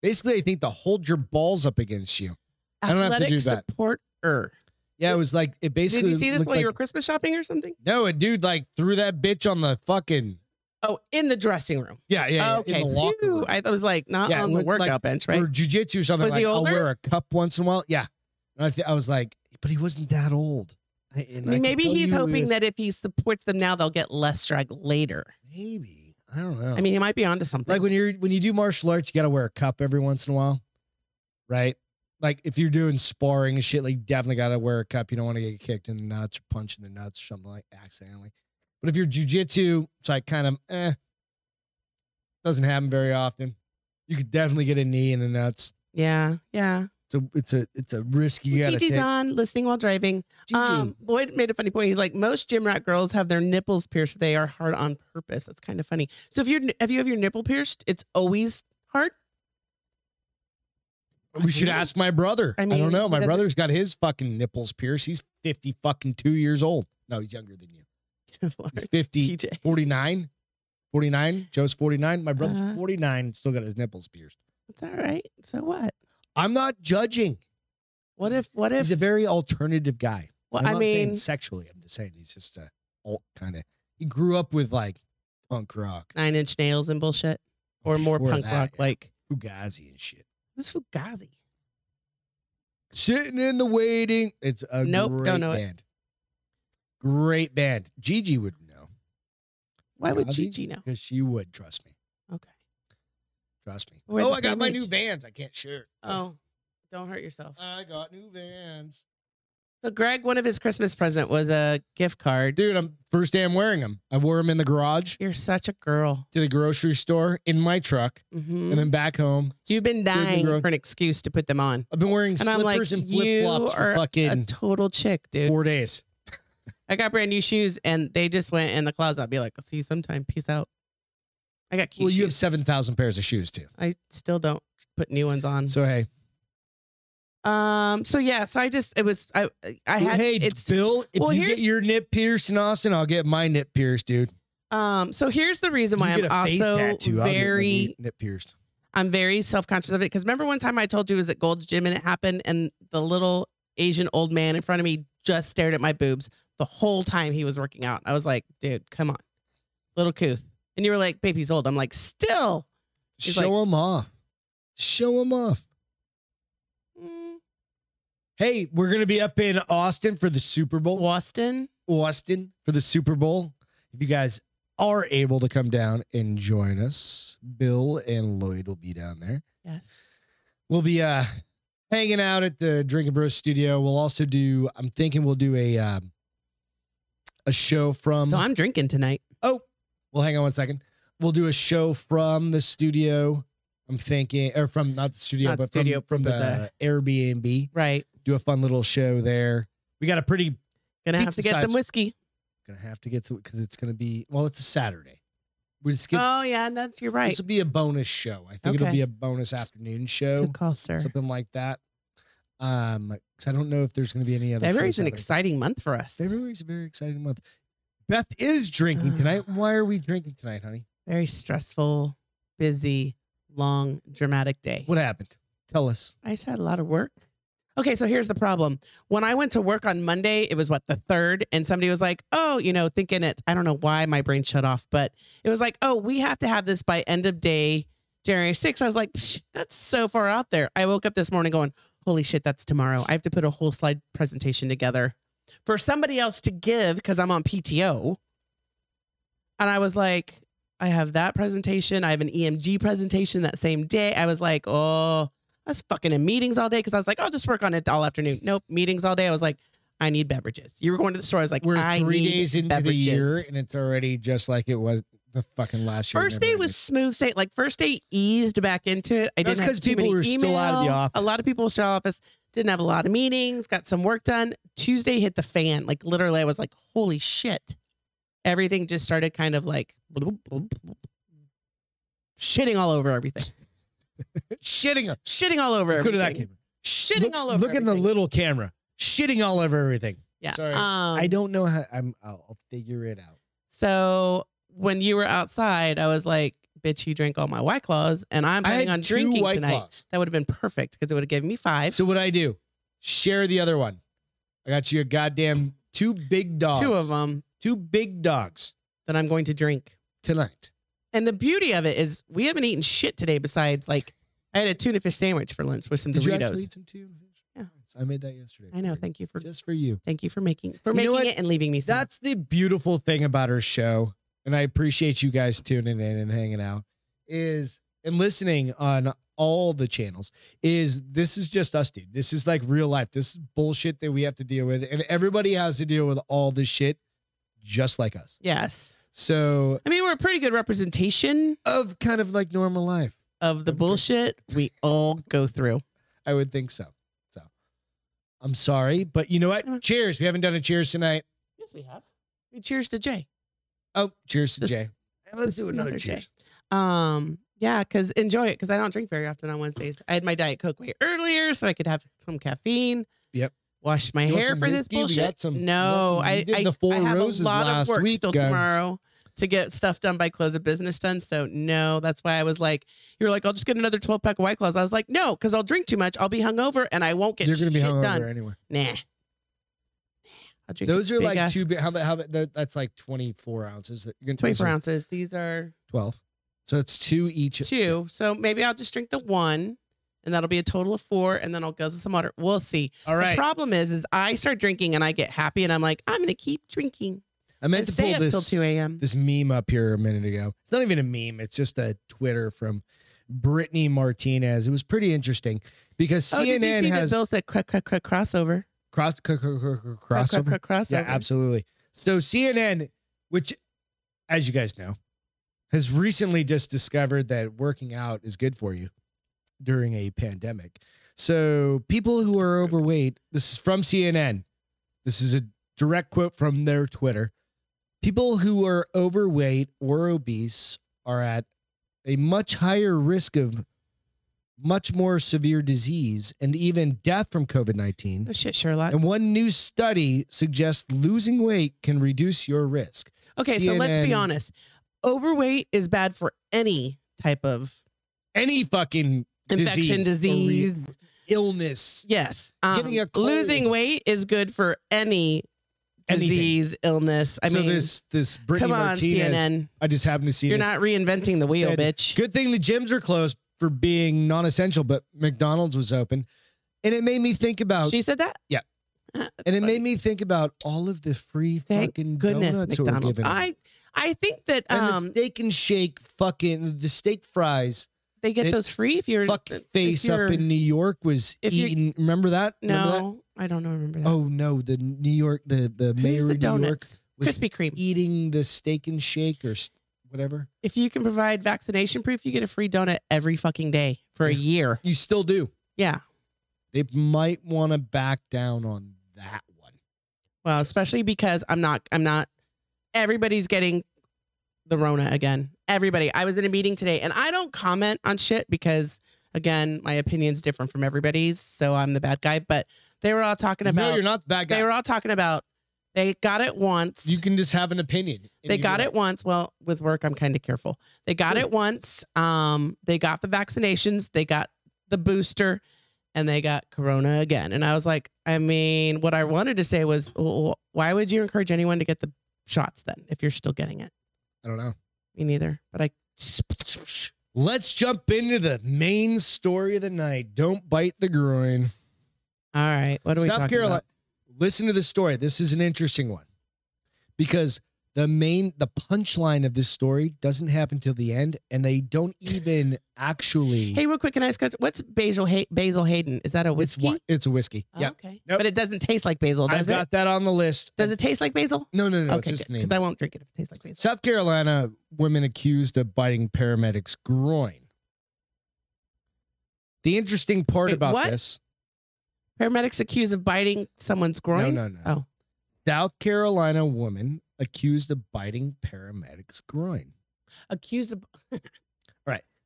B: Basically, I think to hold your balls up against you. I don't have to
A: Athletic
B: do that.
A: supporter.
B: Yeah, it was like it basically.
A: Did you see this
B: looked
A: while you were
B: like-
A: Christmas shopping or something?
B: No, a dude like threw that bitch on the fucking.
A: Oh, in the dressing room.
B: Yeah, yeah, yeah,
A: okay.
B: in the locker
A: Phew.
B: room.
A: I thought it was like not
B: Yeah, it
A: on the
B: looked like-
A: workout bench, right?
B: For jujitsu or something,
A: Was
B: like
A: he
B: I'll
A: older?
B: wear a cup once in a while. Yeah, and I, th- I was like, but he wasn't that old. I, and
A: I
B: I
A: mean,
B: can
A: maybe
B: tell
A: he's
B: you it
A: hoping
B: was-
A: that if he supports them now, they'll get less drag later.
B: maybe I don't know.
A: I mean, he might be onto something.
B: Oh. like when you're when you do martial arts, you gotta wear a cup every once in a while, right? Like if you're doing sparring and shit, like you definitely gotta wear a cup. You don't want to get kicked in the nuts or punched in the nuts or something like accidentally. But if you're jujitsu, it's like kind of eh, doesn't happen very often. You could definitely get a knee in the nuts.
A: yeah, yeah.
B: So it's a it's a risk you gotta
A: Gigi's
B: take.
A: on, listening while driving.
B: Gigi.
A: Um, Boyd made a funny point. He's like, most gym rat girls have their nipples pierced. They are hard on purpose. That's kind of funny. So if you're if you have your nipple pierced, it's always hard. <laughs>
B: we should ask my brother.
A: I
B: I,
A: mean,
B: don't know.
A: he
B: My
A: doesn't-
B: brother's got his fucking nipples pierced. He's fifty fucking two years old. No, he's younger than you. He's fifty.
A: TJ.
B: 49. 49. Joe's 49. My brother's
A: Uh-huh.
B: 49. Still got his nipples pierced.
A: It's all right. So what?
B: I'm not judging.
A: What if what if
B: He's a very alternative guy.
A: well,
B: I'm
A: I
B: not saying
A: mean
B: sexually. I'm just saying he's just a alt kind of. He grew up with like punk rock,
A: nine inch nails and bullshit? Or more
B: Before
A: punk
B: that,
A: rock
B: yeah,
A: like
B: Fugazi and shit.
A: who's Fugazi?
B: Sitting in the waiting. It's a
A: Nope, don't
B: great
A: know it.
B: band. Great band. Gigi would know
A: Why would
B: Fugazi?
A: Gigi know?
B: because she would. Trust me.
A: Okay.
B: Trust me.
A: We're
B: oh,
A: the
B: I got
A: same
B: my
A: age.
B: new bands. I can't share.
A: Oh, don't hurt yourself.
B: I got new bands.
A: So Greg, one of his Christmas present was a gift card.
B: dude. I'm first day I'm wearing them. I wore them in the garage
A: You're such a girl.
B: to the grocery store in my truck,
A: hmm
B: and then back home.
A: You've been
B: been
A: dying
B: growing-
A: for an excuse to put them on.
B: I've been wearing
A: And I'm
B: slippers
A: like,
B: and
A: you
B: flip flops
A: are
B: for
A: a A
B: fucking
A: total chick, dude.
B: four days.
A: I got brand new shoes and they just went in the closet. I'll be like, I'll see you sometime. Peace out. I got cute
B: Well, you have
A: shoes.
B: seven thousand pairs of shoes too.
A: I still don't put new ones on.
B: So hey,
A: um. So yeah. So I just it was I I had
B: hey,
A: it's
B: Bill, if
A: well,
B: you get
A: here's-
B: your nip pierced in Austin, I'll get my nip pierced, dude.
A: um. So here's the reason why
B: you
A: I'm
B: get a face
A: also
B: I'll get my
A: very
B: knee- nip pierced.
A: I'm very self conscious of it because remember one time I told you it was at Gold's Gym and it happened, and the little Asian old man in front of me just stared at my boobs the whole time he was working out. I was like, dude, come on, little Cooth. And you were like, baby's old. I'm like, still. He's
B: Show them off. Show them off.
A: mm,
B: Hey, we're gonna be up in Austin for the Super Bowl.
A: Boston.
B: Austin for the Super Bowl. If you guys are able to come down and join us, Bill and Lloyd will be down there.
A: Yes.
B: We'll be uh hanging out at the Drink and Bro Studio. We'll also do. I'm thinking we'll do a um, a show from.
A: so I'm drinking tonight.
B: oh, well, hang on one second. We'll do a show from the studio. I'm thinking, or from not the studio,
A: Not
B: but
A: studio,
B: from, from
A: but
B: the, Airbnb.
A: Right.
B: Do a fun little show there. We got a pretty
A: Gonna have to
B: Decent
A: get
B: size.
A: some whiskey.
B: gonna have to get to it because it's gonna be well, it's a Saturday. We just get
A: oh yeah, that's you're right.
B: this will be a bonus show. I think it'll
A: Okay.
B: be a bonus afternoon show,
A: Good call, sir.
B: something like that. Um, 'cause I don't know if there's going to be any other.
A: February's
B: shows
A: an
B: happening.
A: exciting month for us.
B: February's a very exciting month. Beth is drinking tonight. Why are we drinking tonight, honey?
A: Very stressful, busy, long, dramatic day.
B: What happened? Tell us.
A: I just had a lot of work. Okay, so here's the problem. When I went to work on Monday, it was what the third, and somebody was like, "Oh, you know, thinking it." I don't know why my brain shut off, but it was like, "Oh, we have to have this by end of day, January 6th. I was like, Psh, "That's so far out there." I woke up this morning going, "Holy shit, that's tomorrow." I have to put a whole slide presentation together for somebody else to give because I'm on PTO, and I was like, "I have that presentation. I have an EMG presentation that same day." I was like, "Oh." I was fucking in meetings all day because I was like, I'll just work on it all afternoon. Nope, meetings all day. I was like, I need beverages. You were going to the store. I was like,
B: We're
A: I
B: three
A: need
B: days into
A: beverages.
B: the year, and it's already just like it was the fucking last year.
A: First
B: never
A: day was smooth state. Like first day eased back into it. I
B: That's
A: didn't have
B: 'cause
A: too
B: people
A: many
B: were still out of the
A: email.
B: office.
A: A lot of people were still out of office. Didn't have a lot of meetings. Got some work done. Tuesday hit the fan. Like literally, I was like, holy shit. Everything just started kind of like bloop, bloop, bloop. shitting all over everything.
B: ended. shitting. Over
A: shitting all over
B: Let's go to
A: everything.
B: that camera.
A: Shitting
B: look,
A: all over.
B: Look in the
A: everything.
B: little camera. Shitting all over everything.
A: Yeah.
B: Sorry.
A: Um,
B: I don't know how. I'm. I'll, I'll figure it out.
A: So when you were outside, I was like, bitch, you drank all my white claws and I'm
B: I had
A: planning on
B: two
A: drinking
B: White
A: tonight.
B: Claws.
A: That would have been perfect because it would have given me five.
B: So what I do? Share the other one. I got you a goddamn two big dogs.
A: Two of them
B: Two big dogs
A: that I'm going to drink.
B: tonight.
A: And the beauty of it is we haven't eaten shit today besides like I had a tuna fish sandwich for lunch with some
B: Did you actually
A: Doritos.
B: eat some tuna fish?
A: Yeah.
B: I made that yesterday.
A: I know.
B: for you.
A: Thank you for
B: just for you.
A: thank you for making for
B: You know
A: making
B: what?
A: it and leaving me some.
B: That's the beautiful thing about our show, and I appreciate you guys tuning in and hanging out. Is and listening on all the channels is this is just us, dude. This is like real life. This is bullshit that we have to deal with, and everybody has to deal with all this shit, just like us.
A: yes.
B: So
A: I mean, we're a pretty good representation
B: of kind of like normal life,
A: of the
B: Okay.
A: bullshit we all go through.
B: I would think so. So I'm sorry, but you know
A: Uh-huh.
B: what? Cheers. We haven't done a cheers tonight.
A: Yes, we have. We cheers to Jay.
B: Oh, cheers to
A: This-
B: Jay. And
A: this is another Jay. Um, yeah, because enjoy it because I don't drink very often on Wednesdays. I had my diet coke way earlier so I could have some caffeine.
B: Yep.
A: Wash my
B: You want
A: hair
B: some
A: for this
B: whiskey? We
A: bullshit.
B: got some- we
A: no,
B: got some- we
A: I
B: did
A: I,
B: the Four
A: I have
B: Roses
A: a lot
B: last
A: of work
B: week,
A: still
B: guys.
A: tomorrow to get stuff done by close of business done. So no, that's why I was like, you were like, I'll just get another twelve pack of White Claws. I was like, no, because I'll drink too much. I'll be hungover and I won't get
B: You're gonna be
A: shit
B: hungover
A: done.
B: anyway.
A: Nah. Nah. I'll drink
B: Those
A: a
B: are
A: big
B: like
A: ass-
B: two. Big, how about how about that, that's like 24 ounces. That- You're gonna
A: 24
B: so
A: ounces. These are
B: 12. So it's two each.
A: two. So maybe I'll just drink the one, and that'll be a total of four, and then I'll guzzle some water. We'll see.
B: All right.
A: The problem is, is I start drinking and I get happy, and I'm like, I'm gonna keep drinking.
B: I meant
A: And
B: to
A: stay
B: pull
A: up till
B: this
A: two a.m.
B: this meme up here a minute ago. It's not even a meme. It's just a Twitter from Brittany Martinez. It was pretty interesting because
A: oh, did you
B: CNN
A: see
B: has
A: that Bill said crack, crack, crack, crossover?
B: cross cr- cr- cr- cr-
A: Crack,
B: crossover.
A: Crack, crack, crossover.
B: Yeah, absolutely. So CNN, which, as you guys know, has recently just discovered that working out is good for you during a pandemic. So people who are overweight, this is from CNN. This is a direct quote from their Twitter. People who are overweight or obese are at a much higher risk of much more severe disease and even death from COVID 19.
A: Oh shit, Sherlock.
B: And one new study suggests losing weight can reduce your risk.
A: Okay, so let's be
B: CNN
A: honest. Overweight is bad for any type of
B: Any fucking
A: infection,
B: Disease.
A: disease.
B: illness,
A: Yes, um,
B: Getting a cold.
A: losing weight is good for any
B: Anything.
A: disease, illness. I
B: so
A: mean,
B: this this Brittany
A: come on,
B: Martinez,
A: CNN.
B: I just happened to see.
A: You're
B: this.
A: not reinventing the wheel,
B: said-
A: bitch.
B: Good thing the gyms are closed for being non-essential, but McDonald's was open, and it made me think about.
A: She said that.
B: Yeah.
A: That's
B: and it
A: funny.
B: made me think about all of the free
A: Thank
B: fucking
A: goodness
B: donuts that were
A: McDonald's.
B: given. out.
A: I I think that
B: and
A: um
B: the steak and shake, fucking the steak fries.
A: they get
B: it-
A: those free if you're
B: fuck
A: if
B: face up
A: you're-
B: in New York was
A: if you're-
B: eating. Remember that? Remember that?
A: No, I don't know. Remember that.
B: Oh no, the New York, the the
A: Who's
B: mayor of
A: the
B: New York
A: donuts?
B: was
A: Krispy Kreme.
B: eating the steak and shake or s- whatever.
A: If you can provide vaccination proof, you get a free donut every fucking day for a
B: Yeah.
A: year.
B: You still do.
A: Yeah.
B: They might want to back down on that one.
A: Well,
B: Yes.
A: especially because I'm not, I'm not, everybody's getting the Rona again. Everybody. I was in a meeting today and I don't comment on shit because Again, my opinion's different from everybody's, so I'm the bad guy. But they were all talking about.
B: no, you're not that guy.
A: They were all talking about. They got it once.
B: you can just have an opinion. and
A: they
B: you
A: got
B: do
A: it once. Well, with work, I'm kind of careful. They got
B: Sure.
A: it once. Um, they got the vaccinations. They got the booster, and they got corona again. And I was like, I mean, what I wanted to say was, well, why would you encourage anyone to get the shots then if you're still getting it?
B: I don't know.
A: Me neither. But I.
B: Let's jump into the main story of the night. Don't bite the groin.
A: All right. What are we
B: South
A: talking
B: Carolina.
A: about?
B: Listen to this story. This is an interesting one because the main, the punchline of this story doesn't happen till the end, and they don't
A: <laughs>
B: even actually.
A: Hey, real quick, can I ask? a question? What's basil? Hay- basil Hayden? Is that a
B: it's
A: whiskey?
B: what? It's a whiskey.
A: Oh,
B: yeah,
A: Okay.
B: Nope.
A: But it doesn't taste like basil,
B: I've
A: does it?
B: got that on the list.
A: Does it taste like basil?
B: No, no, no. it's
A: okay.
B: just the name.
A: Because I won't drink it if it tastes like basil.
B: South Carolina women accused of biting paramedics' groin. The interesting part
A: Wait,
B: about
A: what?
B: this.
A: Paramedics accused of biting someone's groin.
B: No, no, no.
A: Oh.
B: South Carolina woman accused of biting paramedics' groin.
A: Accused of.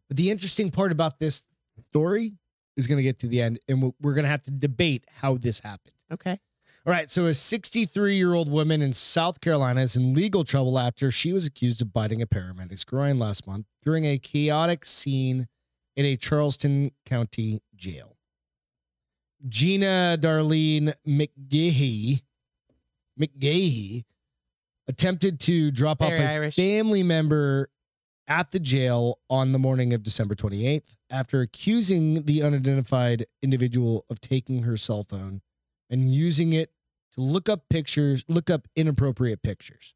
B: But the interesting part about this story is going to get to the end, and we're- we're going to have to debate how this happened.
A: Okay.
B: All right, so a 63 year old woman in South Carolina is in legal trouble after she was accused of biting a paramedic's groin last month during a chaotic scene in a Charleston County jail. Gina Darlene McGahee, McGahee attempted to drop off
A: Very
B: a
A: Irish.
B: family member at the jail on the morning of December 28th after accusing the unidentified individual of taking her cell phone and using it to look up pictures, look up inappropriate pictures.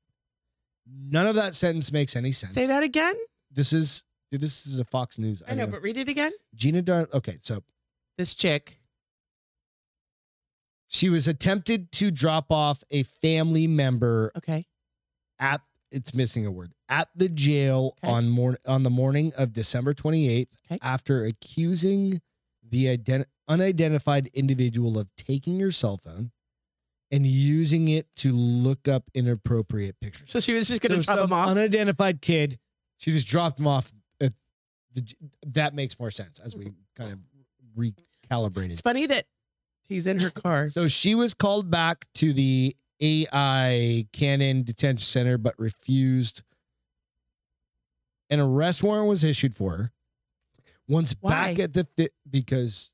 B: None of that sentence makes any sense.
A: Say that again.
B: This is dude, this is a Fox News.
A: I know, but read it again.
B: Gina Dar. Okay, so
A: This chick.
B: she was attempted to drop off a family member
A: Okay.
B: at it's missing a word at the jail
A: Okay.
B: on morn on the morning of December 28th
A: Okay.
B: after accusing the ident- unidentified individual of taking your cell phone and using it to look up inappropriate pictures.
A: So she was just gonna
B: So
A: drop
B: some
A: him off.
B: Unidentified kid. She just dropped him off. At the, j- that makes more sense as we kind of
A: it's
B: recalibrated.
A: funny that he's
B: <laughs>
A: in her car.
B: So she was called back to the AI Cannon Detention Center, but refused. An arrest warrant was issued for her. Once back
A: Why?
B: at the thi- because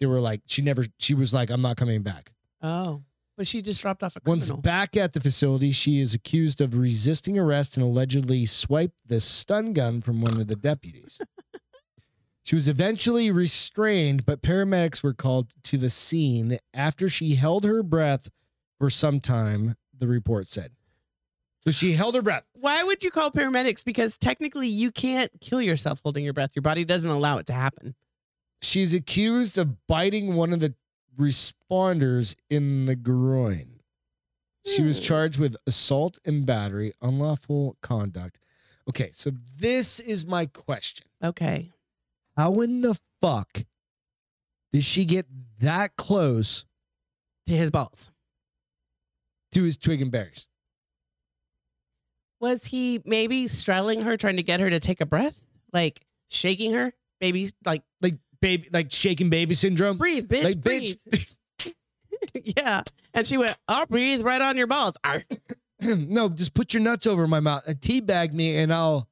B: they were like she never she was like I'm not coming back.
A: Oh. But she just dropped off a
B: Once
A: criminal.
B: back at the facility, she is accused of resisting arrest and allegedly swiped the stun gun from one of the
A: <laughs>
B: deputies. she was eventually restrained, but paramedics were called to the scene after she held her breath for some time, the report said. So she held her breath.
A: Why would you call paramedics? Because technically, you can't kill yourself holding your breath. Your body doesn't allow it to happen.
B: She's accused of biting one of the responders in the groin. She was
A: Hmm.
B: charged with assault and battery, unlawful conduct. Okay, so this is my question.
A: Okay.
B: How in the fuck did she get that close
A: To his balls.
B: to his twig and berries?
A: Was he maybe straddling her, trying to get her to take a breath, like shaking her? Maybe like
B: Like baby like shaking baby syndrome? <clears throat>
A: breathe, bitch,
B: like
A: breathe. <laughs> yeah. And she went, I'll breathe right on your balls. Arr.
B: bitch. no, just put your nuts over my mouth and teabag me and I'll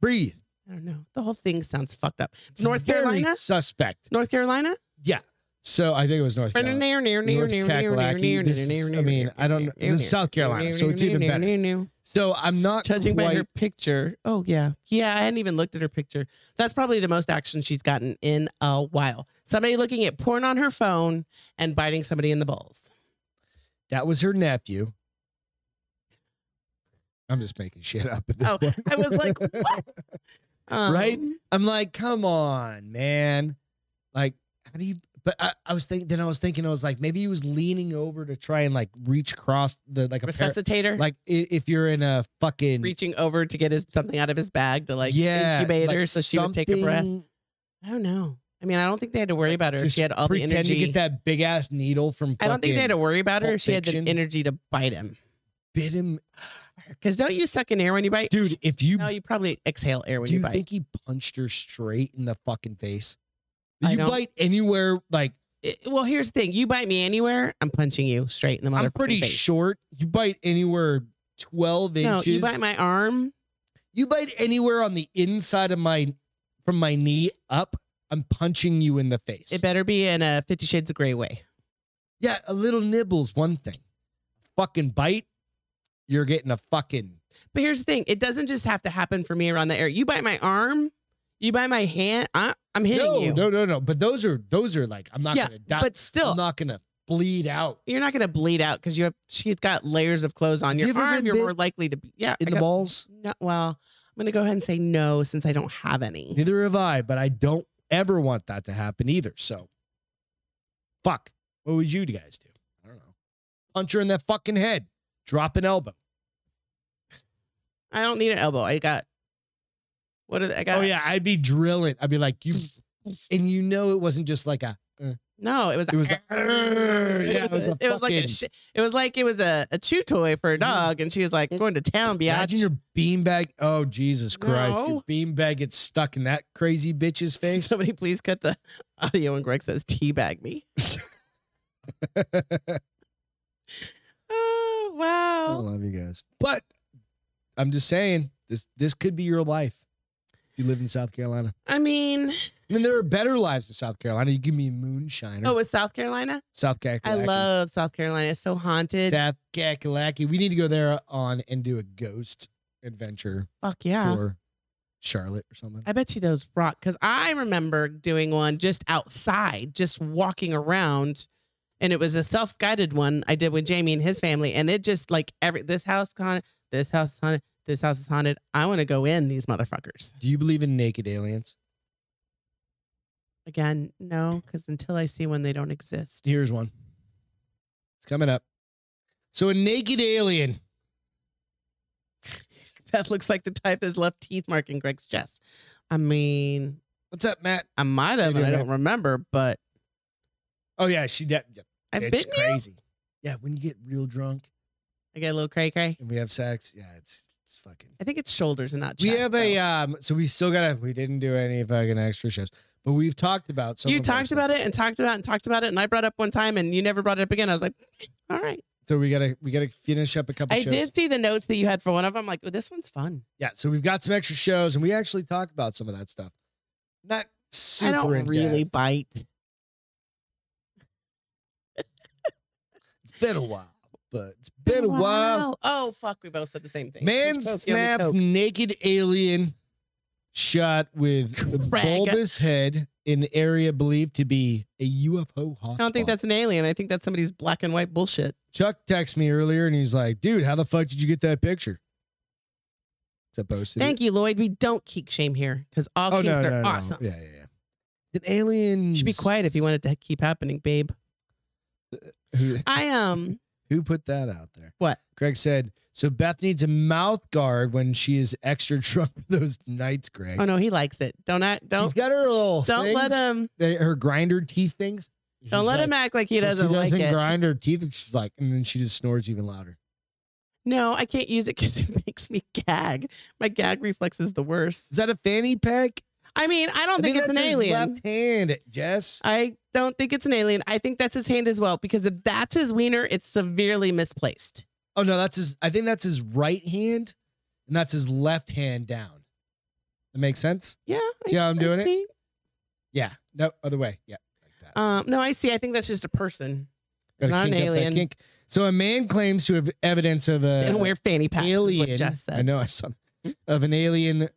B: breathe.
A: I don't know. The whole thing sounds fucked up. North Carolina?
B: Very suspect.
A: North Carolina?
B: Yeah. So I think it was North
A: Near,
B: Carolina.
A: near, near, near,
B: North
A: near,
B: Kakalaki.
A: near,
B: This is-
A: near,
B: I
A: near,
B: mean,
A: near,
B: I don't-
A: near,
B: this
A: near,
B: is South
A: near,
B: Carolina,
A: near,
B: so it's
A: near,
B: even
A: near,
B: better.
A: near, near.
B: So I'm not
A: Judging
B: quite
A: by her picture. Oh, yeah. Yeah, I hadn't even looked at her picture. That's probably the most action she's gotten in a while. Somebody looking at porn on her phone and biting somebody in the balls.
B: That was her nephew. I'm just making shit up at this
A: Oh,
B: point.
A: I was
B: <laughs>
A: like, what? Um,
B: Right? I'm like, come on, man. Like, how do you? But I, I was thinking. Then I was thinking. I was like, maybe he was leaning over to try and like reach across the like a par-
A: Resuscitator
B: like i- if you're in a fucking
A: reaching over to get his something out of his bag to like
B: yeah,
A: incubate
B: like
A: her so she would take a breath.
B: something-
A: I don't know. I mean, I don't think they had to worry about her. if
B: just
A: She had all the
B: pretend
A: energy.
B: to get that big ass needle from.
A: I don't think they had to
B: fucking-
A: worry about her.
B: Pulp
A: if She had the
B: Fiction.
A: energy to bite him.
B: bit him,
A: Because don't you suck in air when you bite?
B: dude. If you
A: No, you probably exhale air when
B: do,
A: you,
B: you
A: bite.
B: think he punched her straight in the fucking face?
A: I
B: You
A: don't-
B: bite anywhere, like
A: It- well, here's the thing: you bite me anywhere, I'm punching you straight in the motherfucking
B: I'm pretty
A: face.
B: short. You bite anywhere 12
A: No,
B: inches.
A: you bite my arm.
B: You bite anywhere on the inside of my, from my knee up, I'm punching you in the face.
A: It better be in a Fifty Shades of Grey way.
B: yeah, a little nibble's one thing. Fucking bite, you're getting a fucking.
A: But here's the thing: it doesn't just have to happen for me around the area. You bite my arm, you bite my hand, I, I'm hitting
B: No,
A: you.
B: no, no, no. But those are those are like I'm not
A: Yeah,
B: gonna die.
A: but still,
B: I'm not gonna bleed out
A: you're not gonna bleed out because you have. She's got layers of clothes on
B: Have
A: your
B: you ever
A: arm.
B: been
A: You're
B: bit
A: more likely to be. Yeah,
B: in
A: I
B: the
A: got-
B: balls.
A: No, well, I'm gonna go ahead and say no since I don't have any.
B: Neither have I, but I don't ever want that to happen either. So, fuck. What would you guys do? I don't know. Punch her in that fucking head. Drop an elbow.
A: I don't need an elbow. I got. What are the, I got?
B: Oh yeah, I'd be drilling. I'd be like you, and you know it wasn't just like a.
A: No, it was.
B: It was <laughs> the-
A: it
B: Yeah,
A: was
B: it was
A: a-
B: the
A: it was like a
B: fucking-
A: shi- it was like it was a, a chew toy for a
B: Mhm.
A: dog, and she was like, "I'm going to town, biatch." <laughs>
B: Imagine your beanbag. Oh Jesus Christ!
A: No.
B: Your beanbag gets stuck in that crazy bitch's face.
A: Somebody please cut the audio when Greg says teabag
B: <laughs>
A: me. Oh
B: I
A: wow.
B: love you guys, but I'm just saying this. This could be your life. If you live in South Carolina.
A: I mean,
B: I mean, there are better lives in South Carolina. You give me moonshiner.
A: oh, with South Carolina,
B: South Kakalaki.
A: I love South Carolina. It's so haunted.
B: South Kakalaki. We need to go there on and do a ghost adventure
A: Fuck yeah.
B: tour, Charlotte or something.
A: I bet you those rock because I remember doing one just outside, just walking around, and it was a self guided one I did with Jamie and his family, and it just like every this house haunted, this house is haunted, this house is haunted. I want to go in these motherfuckers
B: do you believe in naked aliens?
A: again. No, because until I see one, they don't exist. <laughs>
B: Here's one. It's coming up. So a naked alien.
A: That looks like the type that's left teeth mark in Greg's chest. I mean,
B: What's up, Matt?
A: I might have,
B: Maybe
A: and I
B: I'm
A: don't remember, but
B: Oh yeah, she. De- yeah,
A: I've
B: it's
A: bitten you.
B: crazy. Yeah, when you get real drunk
A: I get a little cray cray.
B: and we have sex, yeah, it's it's fucking.
A: I think it's shoulders and not chest.
B: We have
A: though.
B: a um. So we still gotta. We didn't do any fucking extra shows, but we've talked about some.
A: you
B: of our
A: talked
B: stuff.
A: about it and talked about it and talked about it, and I brought up one time, and you never brought it up again. I was like, all right.
B: So we gotta we gotta finish up a couple.
A: I
B: shows.
A: did see the notes that you had for one of them. Like, oh, this one's fun.
B: Yeah, so we've got some extra shows, and we actually talk about some of that stuff. Not super.
A: I don't
B: in-depth.
A: really bite.
B: It's been a while, but it's been, a while.
A: Oh fuck, we both said the same thing.
B: Man
A: Coke, yeah, we
B: snap
A: Coke.
B: naked alien shot with a
A: Craig.
B: bulbous head in an area believed to be a UFO hotspot.
A: I don't think that's an alien. I think that's somebody's black and white bullshit.
B: Chuck texted me earlier, and he's like, "Dude, how the fuck did you get that picture?" Is that posted?
A: Thank you, Lloyd. We don't kink shame here because all
B: Oh
A: kinks
B: no,
A: are
B: no, no.
A: awesome.
B: Yeah, yeah, yeah. It's an alien.
A: You should be quiet if you want it to keep happening, babe.
B: Who,
A: I um
B: Who put that out there?
A: What?
B: Greg said, so Beth needs a mouth guard when she is extra drunk for those nights, Greg.
A: oh no, he likes it. Don't act
B: She's
A: don't
B: got her little
A: don't
B: thing,
A: let him
B: they- her grinder teeth things.
A: don't
B: She's
A: let him
B: like,
A: act like he
B: if
A: doesn't, like it.
B: grind her teeth. and She's like, and then she just snores even louder.
A: No, I can't use it because <laughs> it makes me gag. My gag reflex is the worst.
B: Is that a fanny pack?
A: I mean, I don't think it's an
B: that's his
A: alien.
B: Left hand, Jess.
A: I don't think it's an alien. I think that's his hand as well because if that's his wiener, it's severely misplaced.
B: Oh no, that's his. I think that's his right hand, and that's his left hand down. That makes sense.
A: Yeah.
B: See how I'm doing it?
A: see.
B: Yeah. No, other way. Yeah, like that.
A: Um, no, I see. I think that's just a person. It's
B: Gotta
A: not an
B: kink up that
A: alien.
B: kink. So a man claims to have evidence of
A: They
B: a
A: don't wear fanny packs. Alien.
B: Uh, alien.
A: Is what Jess said.
B: I know I saw of an alien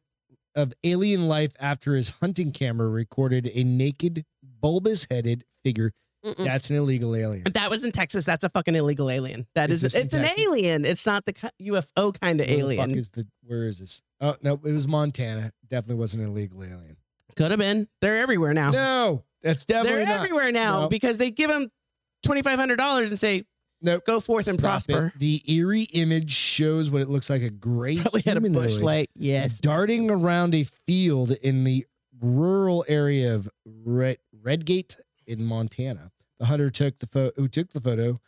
B: of alien life after his hunting camera recorded a naked, bulbous-headed figure.
A: Mm-mm.
B: That's an illegal alien.
A: But that was in Texas. That's a fucking illegal alien. That
B: Is
A: is,
B: this in
A: it's an
B: Texas?
A: alien. It's not the ki- UFO kind of
B: Where the fuck
A: alien.
B: is the- where is this? Oh no, it was Montana. Definitely wasn't an illegal alien.
A: Could have been. They're everywhere now.
B: No, that's definitely
A: They're
B: not.
A: everywhere now
B: No.
A: because they give them twenty five hundred dollars and say,
B: Nope.
A: go forth and
B: Stop it.
A: prosper." <laughs>
B: The eerie image shows what it looks like a gray
A: Probably had a bush
B: humanoid
A: light. Yes,
B: darting around a field in the rural area of Red, Redgate in Montana. The hunter took the photo. who took the photo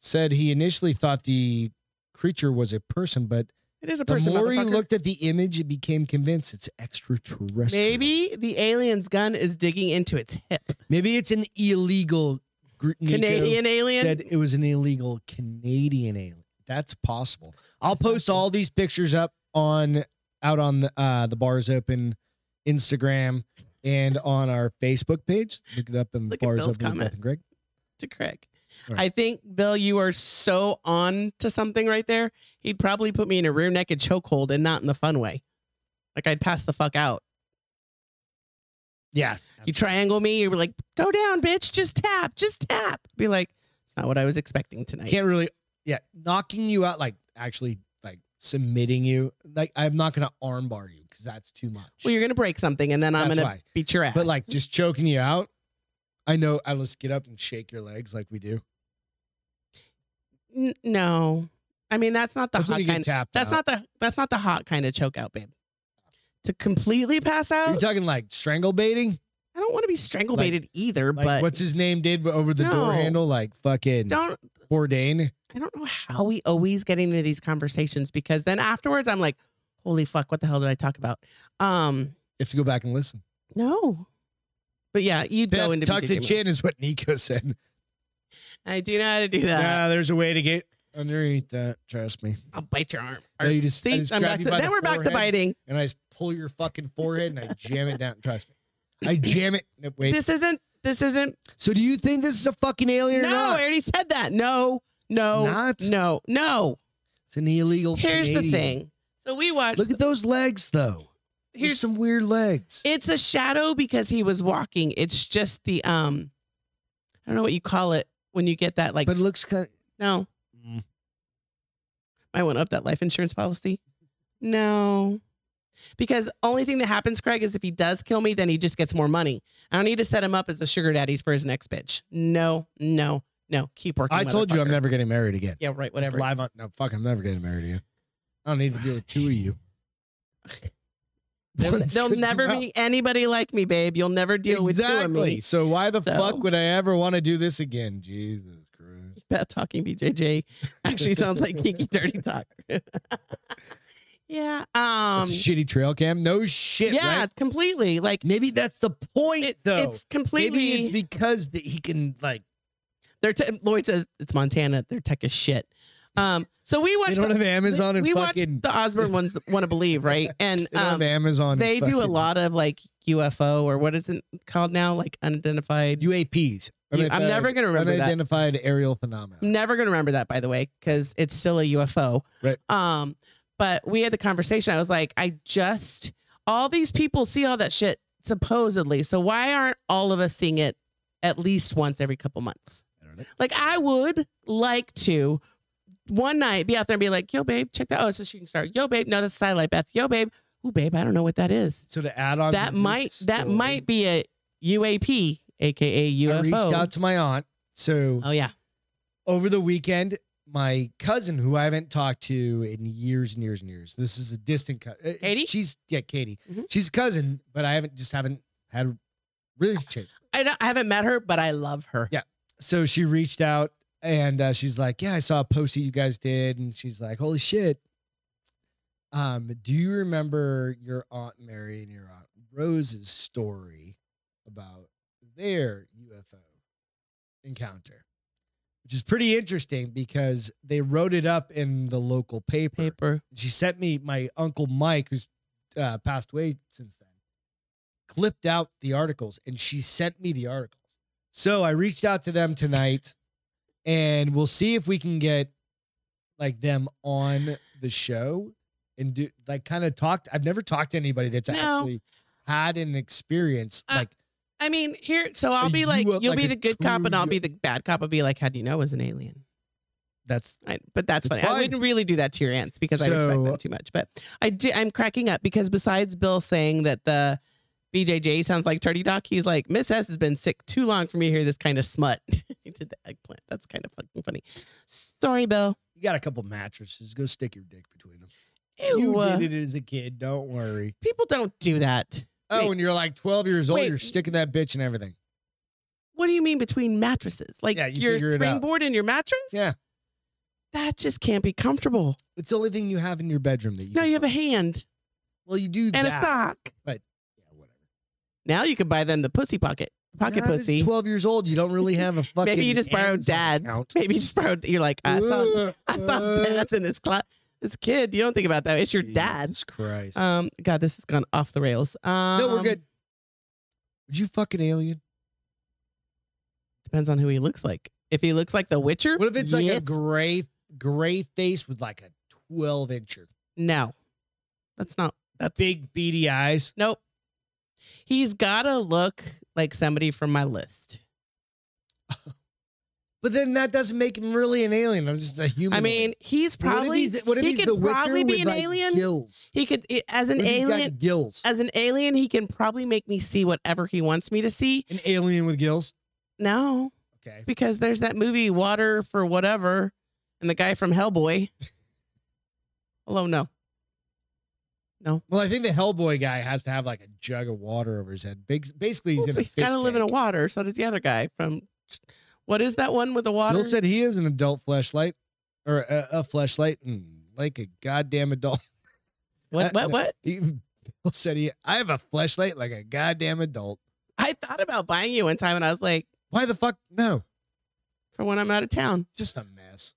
B: said he initially thought the creature was a person, but
A: It is a
B: The
A: person.
B: more he
A: motherfucker.
B: looked at the image, it became convinced it's extraterrestrial.
A: Maybe the alien's gun is digging into its hip.
B: Maybe it's an illegal. Gr- Nico
A: Canadian alien.
B: said it was an illegal Canadian alien. That's possible. I'll post all these pictures up on out on the uh, the bars open Instagram and on our Facebook page. Look it up in
A: Look at
B: bars
A: Bill's
B: open with
A: comment.
B: Beth and Greg.
A: to Craig.
B: Right.
A: I think Bill, you are so on to something right there. He'd probably put me in a rear naked chokehold and not in the fun way. Like I'd pass the fuck out.
B: Yeah,
A: You triangle me, you were like, "Go down, bitch. Just tap. Just tap." Be like, "It's not what I was expecting tonight."
B: can't really. Yeah, knocking you out like actually like submitting you. Like I'm not gonna armbar you because that's too much.
A: well, you're gonna break something, and then I'm
B: That's
A: gonna
B: why.
A: beat your ass.
B: But like just choking you out. I know. I just get up and shake your legs like we do.
A: N- no, I mean that's not the
B: That's when
A: hot
B: you get
A: kind.
B: tapped.
A: That's
B: out.
A: not the that's not the hot kind of choke out, babe. To completely pass
B: Are you
A: out,
B: talking like strangle baiting?
A: I don't want to be strangle
B: Like-
A: baited either.
B: Like
A: but
B: what's his name did over the
A: No.
B: door handle? Like fucking
A: don't
B: Bourdain.
A: I don't know how we always get into these conversations because then afterwards I'm like, holy fuck, what the hell did I talk about? Um,
B: You have to go back and listen.
A: no. But yeah, you go
B: Beth
A: into
B: tucked
A: BJJ
B: the
A: mode.
B: chin is what Nico
A: <laughs>
B: said.
A: I do know how to do that.
B: nah, there's a way to get underneath that. Trust me.
A: I'll bite your arm.
B: No, you just, I
A: See,
B: just
A: I'm
B: grab
A: back
B: you
A: to,
B: by the
A: then we're back to
B: forehead,
A: biting.
B: And I just pull your fucking forehead and I jam it down. Trust
A: <laughs>
B: me. I jam it. No, wait.
A: This isn't. This isn't.
B: so do you think this is a fucking alien
A: No,
B: or not?
A: I already said that. No, no,
B: It's not.
A: no, no.
B: It's an illegal.
A: Here's the
B: Canadian.
A: thing. So we watched.
B: Look at those legs though. Here's
A: here's
B: some weird legs.
A: It's a shadow because he was walking. It's just the um, I don't know what you call it when you get that like. Mm,
B: but it looks kind.
A: no,
B: Of,
A: I went up that life insurance policy. No. Because only thing that happens, Craig, is if he does kill me, then he just gets more money. I don't need to set him up as the sugar daddies for his next bitch. No, no, no. Keep working.
B: I told you I'm
A: motherfucker.
B: never getting married again.
A: Yeah, right.
B: It's
A: Whatever.
B: Live on. No, fuck. I'm never getting married again. I don't need to deal with two of
A: <laughs>
B: you. <laughs>
A: There,
B: One's
A: there'll
B: good
A: never
B: enough.
A: be anybody like me, babe. You'll never deal
B: exactly.
A: with two of me.
B: So why the
A: So-
B: fuck would I ever want to do this again? Jesus Christ.
A: <laughs> Bad talking BJJ actually sounds like geeky dirty talk. <laughs> yeah. Um.
B: It's a shitty trail cam. No shit.
A: yeah.
B: Right?
A: Completely. Like
B: Maybe that's the point,
A: it,
B: though.
A: it's completely.
B: Maybe it's because that he can like.
A: Their te- Lloyd says it's Montana. Their tech is shit. Um, so we
B: They
A: watched.
B: don't
A: the,
B: have Amazon
A: we,
B: and
A: we
B: fucking.
A: watched the Osborne ones. Want to believe,
B: <laughs>
A: right? And
B: they don't have
A: um,
B: Amazon. and
A: they do a
B: fucking
A: lot of like UFO or what is it called now? Like unidentified.
B: UAPs.
A: You- I'm never gonna remember that. Mm.
B: unidentified aerial phenomena.
A: I'm never gonna remember that, by the way, because it's still a UFO.
B: Right.
A: Um, but we had the conversation. I was like, I just all these people see all that shit supposedly. So why aren't all of us seeing it at least once every couple months?
B: I don't know.
A: Like I would like to one night be out there and be like, yo, babe, check that. Oh, it's a shooting star. Yo, babe, no, that's a satellite, Beth. Yo, babe. Ooh, babe, I don't know what that is.
B: So to add on to
A: That
B: this
A: might that
B: story,
A: might be a UAP, aka
B: I reached out
A: UFO.
B: to my aunt. So
A: Oh yeah.
B: over the weekend, my cousin, who I haven't talked to in years and years and years, this is a distant cousin.
A: Katie?
B: She's yeah, Katie.
A: Mhm.
B: She's a cousin, but I haven't just haven't had a relationship.
A: I, don't, I haven't met her, but I love her.
B: So she reached out and uh, she's like, "Yeah, I saw a post that you guys did," and she's like, "Holy shit." Um, do you remember your aunt Mary and your aunt Rose's story about their UFO encounter? Which is pretty interesting because they wrote it up in the local paper
A: Paper.
B: she sent me my uncle Mike, who's uh, passed away since then, clipped out the articles and she sent me the articles. So I reached out to them tonight and we'll see if we can get like them on the show and do like kind of talked. I've never talked to anybody that's
A: No.
B: actually had an experience
A: Uh,
B: like
A: I mean, here, so I'll
B: A
A: be like,
B: UFO
A: you'll
B: like
A: be
B: a
A: the good cop,
B: true
A: and I'll
B: U-
A: be the bad cop. I'll be like, how do you know it was an alien?
B: that's
A: I, but that's
B: It's
A: funny.
B: fine.
A: I wouldn't really do that to your aunts because I respect
B: So-
A: them too much. But I do. I'm cracking up because besides Bill saying that the BJJ sounds like Turdy Doc, he's like Miss S has been sick too long for me to hear this kind of smut. <laughs> he did the eggplant. That's kind of fucking funny. Sorry, Bill.
B: you got a couple mattresses. Go stick your dick between them.
A: Ew.
B: You did it as a kid. Don't worry.
A: People don't do that.
B: Oh,
A: Wait.
B: when you're like 12 years old,
A: Wait.
B: you're sticking that bitch and everything.
A: What do you mean between mattresses? Like
B: Yeah, you
A: your
B: figure it out.
A: springboard and your mattress?
B: Yeah.
A: That just can't be comfortable.
B: It's the only thing you have in your bedroom that you.
A: Now
B: can-
A: you have a hand
B: Well, you do
A: and a
B: that.
A: sock.
B: Yeah, whatever.
A: Now you could buy them the pussy pocket, pocket
B: Not as
A: pussy.
B: Twelve years old, you don't really have a fucking.
A: <laughs> Maybe you just borrowed
B: Amazon
A: dad's.
B: account.
A: Maybe you just borrowed. You're like, I saw,
B: Uh, <laughs>
A: I saw <laughs>
B: uh,
A: dad's in this class. This kid, you don't think about that. It's your dad.
B: Jesus Christ.
A: Um, God, this has gone off the rails. Um,
B: no, we're good. Would you fucking alien?
A: Depends on who he looks like. If he looks like The Witcher,
B: What if it's like
A: yeah,
B: a gray gray face with like a twelve incher,
A: no? That's not. That's
B: big beady eyes?
A: nope. He's gotta look like somebody from my list.
B: But then that doesn't make him really an alien. I'm just a human.
A: I mean, he's probably
B: What if he's, what if
A: he
B: he's
A: could
B: the Witcher
A: probably be
B: with,
A: an
B: like,
A: alien.
B: Gills.
A: he could i- as an
B: What if he's got
A: alien. Uh,
B: gills.
A: As an alien, he can probably make me see whatever he wants me to see.
B: An alien with gills.
A: No,
B: Okay.
A: because there's that movie Water for Whatever and the guy from Hellboy. <laughs> Hello, no.
B: Well, I think the Hellboy guy has to have like a jug of water over his head. Big, basically, he's
A: Well,
B: in
A: but
B: a.
A: he's got to live in a water. So does the other guy from what is that one with the water?
B: Bill said he is an adult flashlight, or a, a flashlight, and like a goddamn adult. <laughs>
A: what,
B: uh,
A: what, what?
B: He, Bill said he. I have a flashlight like a goddamn adult.
A: I thought about buying you one time and I was like,
B: Why the fuck? No,
A: for when I'm out of town,
B: just a mess.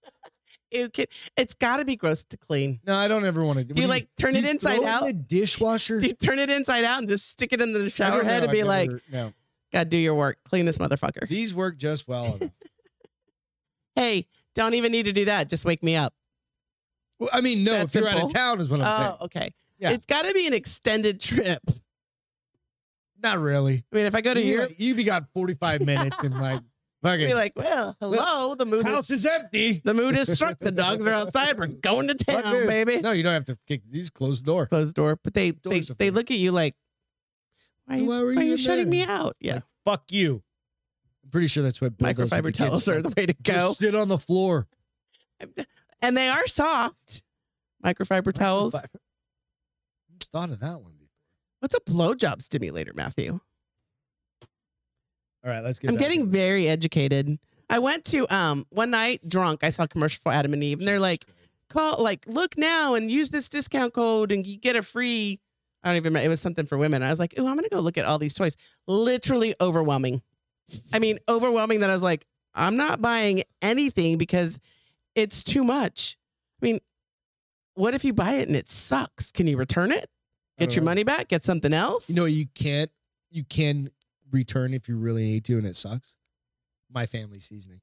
A: it can, it's got to be gross to clean.
B: No, I don't ever want to.
A: Do you like turn it inside out?
B: The dishwasher.
A: <laughs> Do you turn it inside out and just stick it in the
B: I
A: shower
B: don't
A: head
B: know,
A: and be
B: I've
A: like,
B: never- no.
A: God, do your work. Clean this motherfucker.
B: These work just well.
A: <laughs>
B: enough.
A: Hey, don't even need to do that. Just wake me up.
B: Well, I mean, no,
A: That's
B: if you're out
A: simple.
B: of town, is what I'm saying.
A: Oh, okay.
B: Yeah.
A: It's got to be an extended <laughs> trip.
B: Not really.
A: I mean, if I go to
B: you,
A: Europe,
B: you be got 45 minutes and
A: <laughs>
B: like,
A: I'd
B: fucking
A: be like, well, hello, the mood,
B: house is empty.
A: the mood is struck. The dogs are outside. We're going to
B: Fuck
A: town,
B: this.
A: baby.
B: No, you don't have to kick. You just close the door.
A: Closed door, but they they,
B: Doors are
A: they
B: free.
A: look at you like, why are you,
B: Why were
A: why are
B: you
A: you
B: in
A: shutting
B: there?
A: me out? Yeah,
B: Fuck you. I'm pretty sure that's what Bill does with the
A: microfiber
B: kids.
A: towels are the way to go,
B: Just sit on the floor.
A: and they are soft. Microfiber towels.
B: Microfi- Thought of that one before.
A: What's a blowjob stimulator, Matthew?
B: All right, let's get.
A: I'm
B: back to
A: getting
B: it.
A: very educated. I went to um one night drunk. I saw a commercial for Adam and Eve, and they're like, call like look now and use this discount code and you get a free I don't even remember. It was something for women. I was like, oh, I'm gonna go look at all these toys. Literally overwhelming. I mean, overwhelming that I was like, I'm not buying anything because it's too much. I mean, what if you buy it and it sucks? Can you return it?
B: I don't
A: Get your
B: know.
A: money back? Get something else?
B: Uh-huh. You know, you can't. You can return if you really need to, and it sucks. My family seasoning.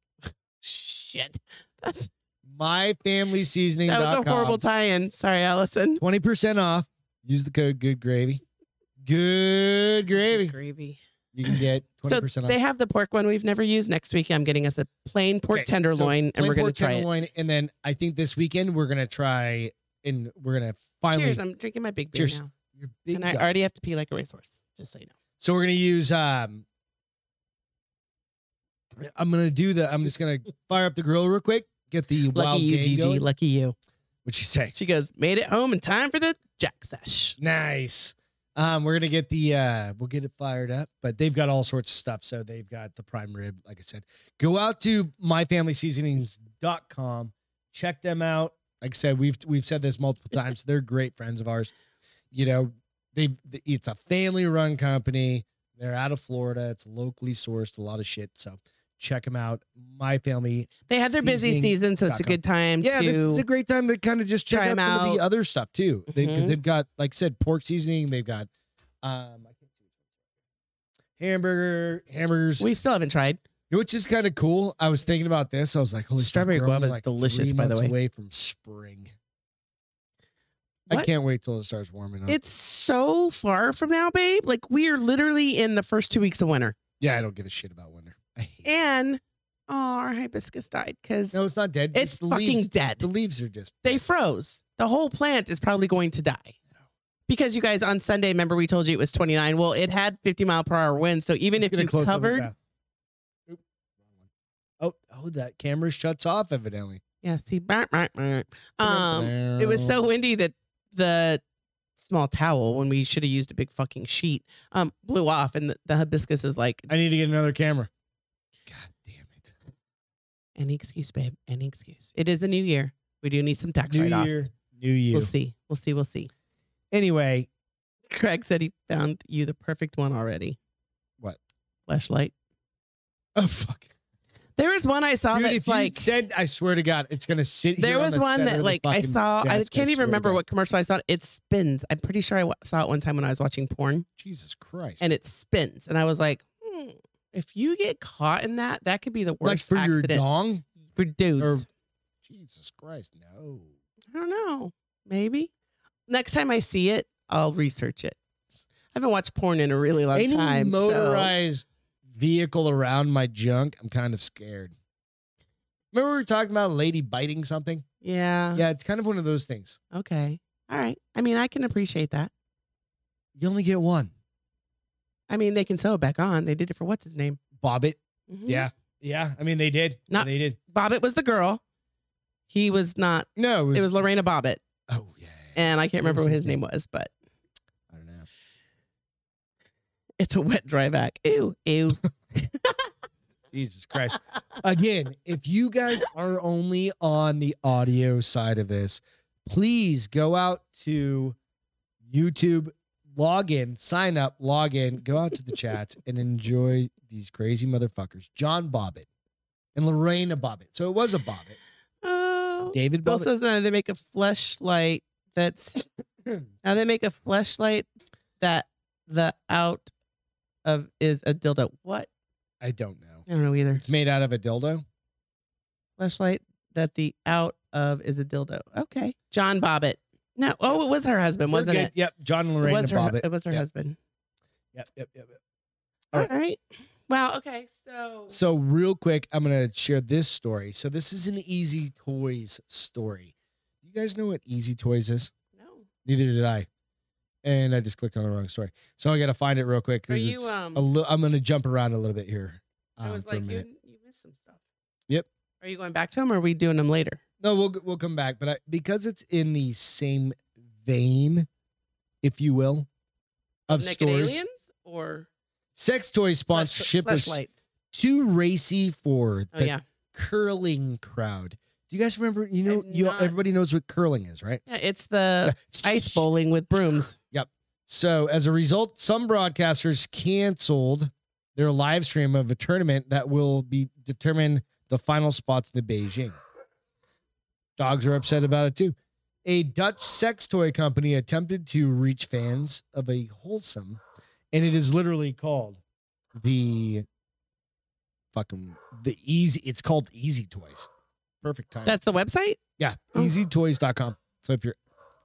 A: shit. That's
B: Myfamilyseasoning.com.
A: that was a horrible tie-in. Sorry, Allison.
B: Twenty percent off. Use the code Good Gravy. Good gravy.
A: Gravy.
B: You can get twenty
A: So
B: percent off.
A: they have the pork one we've never used. Next week, I'm getting us a plain pork
B: Okay, so
A: tenderloin, and
B: Plain
A: we're going
B: pork
A: to try it.
B: tenderloin, And then I think this weekend we're gonna try, and we're gonna finally.
A: Cheers! I'm drinking my big beer
B: Cheers.
A: now,
B: Your big
A: and I
B: guy.
A: already have to pee like a racehorse. Just so you know,
B: so we're gonna use. um I'm gonna do the. I'm just gonna fire up the grill real quick. Get the wild
A: lucky you,
B: game
A: Gigi.
B: going.
A: Lucky you.
B: What you say?
A: She goes, made it home in time for the jack sesh.
B: Nice. Um, we're gonna get the uh we'll get it fired up, but they've got all sorts of stuff. So they've got the prime rib, like I said. Go out to myfamilyseasonings.com, check them out. Like I said, we've we've said this multiple times. They're great friends of ours. You know, they it's a family run company. They're out of Florida. It's locally sourced, a lot of shit. So check them out. My family.
A: They had their busy
B: Seasoning
A: season, so it's a
B: dot com.
A: good time
B: Yeah, this
A: to.
B: is a great time to kind of just check
A: Try
B: out
A: 'em
B: some of the
A: out.
B: other stuff too. Because they,
A: Mhm.
B: have got, like I said, pork seasoning. They've got um, I can't see which one. hamburger, hamburgers,
A: we still haven't tried.
B: which is kind of cool. I was thinking about this. I was like, holy fuck,
A: Strawberry
B: we're only,
A: guava is
B: like
A: delicious,
B: three
A: by the
B: months
A: way.
B: away from spring. I
A: What?
B: can't wait till it starts warming up.
A: It's so far from now, babe. Like we are literally in the first two weeks of winter,
B: yeah, I don't give a shit about winter. I hate. It.
A: and oh, our hibiscus died because
B: No, it's not dead.
A: it's
B: just the
A: fucking
B: leaves.
A: dead.
B: The leaves are just.
A: they
B: dead.
A: froze. The whole plant is probably going to die. Because you guys on Sunday, remember we told you it was 29. Well, it had 50 mile per hour winds. So even
B: Just
A: if
B: gonna
A: you
B: close up with
A: covered,
B: that. Oop, wrong one. Oh, oh, that camera shuts off evidently.
A: yeah, see, brr, brr, brr. um, it was so windy that the small towel, when we should have used a big fucking sheet, um, blew off, and the, the hibiscus is like,
B: I need to get another camera. God damn it.
A: Any excuse, babe. Any excuse. It is a new year. We do need some tax
B: New
A: write offs.
B: year, new you.
A: We'll see. We'll see. We'll see.
B: Anyway,
A: Craig said he found you the perfect one already.
B: What?
A: Flashlight.
B: oh fuck,
A: There was one I saw
B: dude! If
A: that's
B: you
A: like
B: said, I swear to God, it's gonna sit.
A: there
B: here on
A: was
B: the
A: one
B: center of
A: that
B: the
A: like I
B: fucking
A: saw. I
B: desk,
A: can't
B: swear
A: even
B: to
A: remember
B: God.
A: what commercial I saw. It spins. I'm pretty sure I wa- saw it one time when I was watching porn,
B: Jesus Christ!
A: and it spins. And I was like, hmm, if you get caught in that, that could be the
B: like
A: worst
B: for your
A: accident
B: dong.
A: for dudes.
B: Or- Jesus Christ, no.
A: I don't know. Maybe next time I see it, I'll research it. I haven't watched porn in a really long
B: Any
A: time. so-
B: motorized vehicle around my junk, I'm kind of scared. Remember we were talking about a lady biting something?
A: yeah.
B: Yeah, it's kind of one of those things.
A: Okay. All right. I mean, I can appreciate that.
B: You only get one.
A: I mean, they can sew it back on. They did it for what's his name?
B: Bobbit.
A: Mhm.
B: Yeah. Yeah. I mean, they did.
A: Not-
B: they did.
A: Bobbitt was the girl. He was not.
B: No, it was.
A: It was Lorena Bobbitt,
B: oh, yeah.
A: and I can't
B: What was
A: remember what
B: his
A: his name was, but
B: I don't know.
A: it's a wet dry back. Ew,
B: <laughs>
A: ew.
B: Jesus Christ. Again, if you guys are only on the audio side of this, please go out to YouTube, log in, sign up, log in, go out to the chats and enjoy these crazy motherfuckers. John Bobbitt and Lorena Bobbitt. So it was a Bobbitt.
A: Oh.
B: David
A: Bill
B: Bobbitt.
A: says now they make a fleshlight
B: <coughs>
A: that's now they make a fleshlight that the out of is a dildo. What?
B: I don't know.
A: I don't know either.
B: It's made out of a dildo.
A: Fleshlight that the out of is a dildo. Okay. John Bobbitt. No. Oh, it was her husband,
B: We're
A: wasn't
B: good.
A: it?
B: Yep. John and
A: It
B: Lorena
A: was her.
B: Bobbitt.
A: It was her
B: Yep.
A: husband.
B: Yep, yep, yep, yep. All
A: All
B: right.
A: right. Wow. Okay. So.
B: So real quick, I'm gonna share this story. So this is an Easy Toys story. You guys know what Easy Toys is?
A: no.
B: Neither did I, and I just clicked on the wrong story. So I gotta find it real quick
A: Are
B: because
A: you,
B: it's
A: um,
B: a li- I'm gonna jump around a little bit here.
A: I
B: um,
A: was
B: for a
A: like,
B: minute.
A: you, you missed some stuff.
B: Yep.
A: Are you going back to them, or are we doing them later?
B: No, we'll g- we'll come back, but I, because it's in the same vein, if you will, of
A: Naked
B: stories.
A: aliens or
B: Sex toy sponsorship was
A: flashlights?
B: too racy for
A: Oh
B: the
A: yeah.
B: curling crowd. Do you guys remember? You know,
A: I've
B: you
A: not-
B: everybody knows what curling is, right?
A: Yeah, it's the ice bowling with
B: <sighs>
A: brooms.
B: So as a result, some broadcasters canceled their live stream of a tournament that will be determine the final spots in the Beijing. Dogs are upset about it too. A Dutch sex toy company attempted to reach fans of a wholesome, and it is literally called the fucking the easy. It's called Easy Toys. Perfect time.
A: That's the website.
B: yeah,
A: Oh.
B: EasyToys.com. So if you're,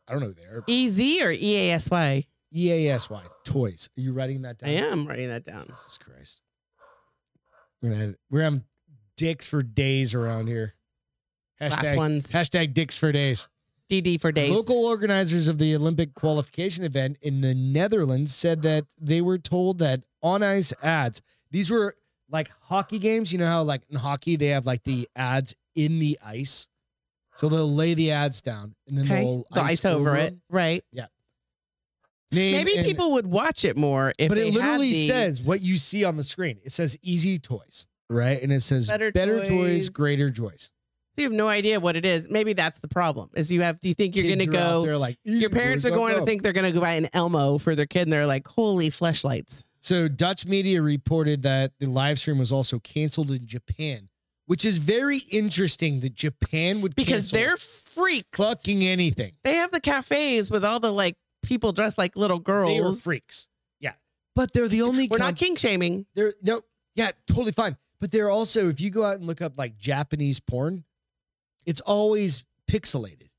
B: I don't know, there
A: E Z or E A S Y.
B: E A S Y toys. Are you writing that down?
A: I am writing that down.
B: Jesus Christ. We're gonna have, we're having dicks for days around here.
A: Last
B: Hashtag
A: one's
B: hashtag dicks for days.
A: DD for days.
B: Local organizers of the Olympic qualification event in the Netherlands said that they were told that on ice ads. These were like hockey games. You know how like in hockey they have like the ads in the ice. So they'll lay the ads down and then
A: okay.
B: they'll
A: The ice over it.
B: 'em.
A: Right.
B: Name
A: Maybe
B: and-
A: people would watch it more if
B: but
A: they
B: it
A: had
B: literally
A: the-
B: says what you see on the screen. It says easy toys, right? And it says better,
A: Better
B: toys.
A: toys.
B: greater joys.
A: You have no idea what it is. Maybe that's the problem. Is you have do you think you're
B: Kids
A: gonna
B: are out
A: go
B: there like "Easy
A: your parents
B: toys,
A: are
B: don't
A: going to
B: go."
A: think they're gonna go buy an Elmo for their kid and they're like, holy fleshlights.
B: So Dutch media reported that the live stream was also canceled in Japan, which is very interesting that Japan would
A: Because
B: cancel
A: they're freaks.
B: fucking anything.
A: They have the cafes with all the like people dressed like little girls.
B: They are freaks. Yeah, but they're the only.
A: We're
B: com-
A: not king shaming.
B: They're no. Yeah, totally fine. But they're also if you go out and look up like Japanese porn, it's always pixelated.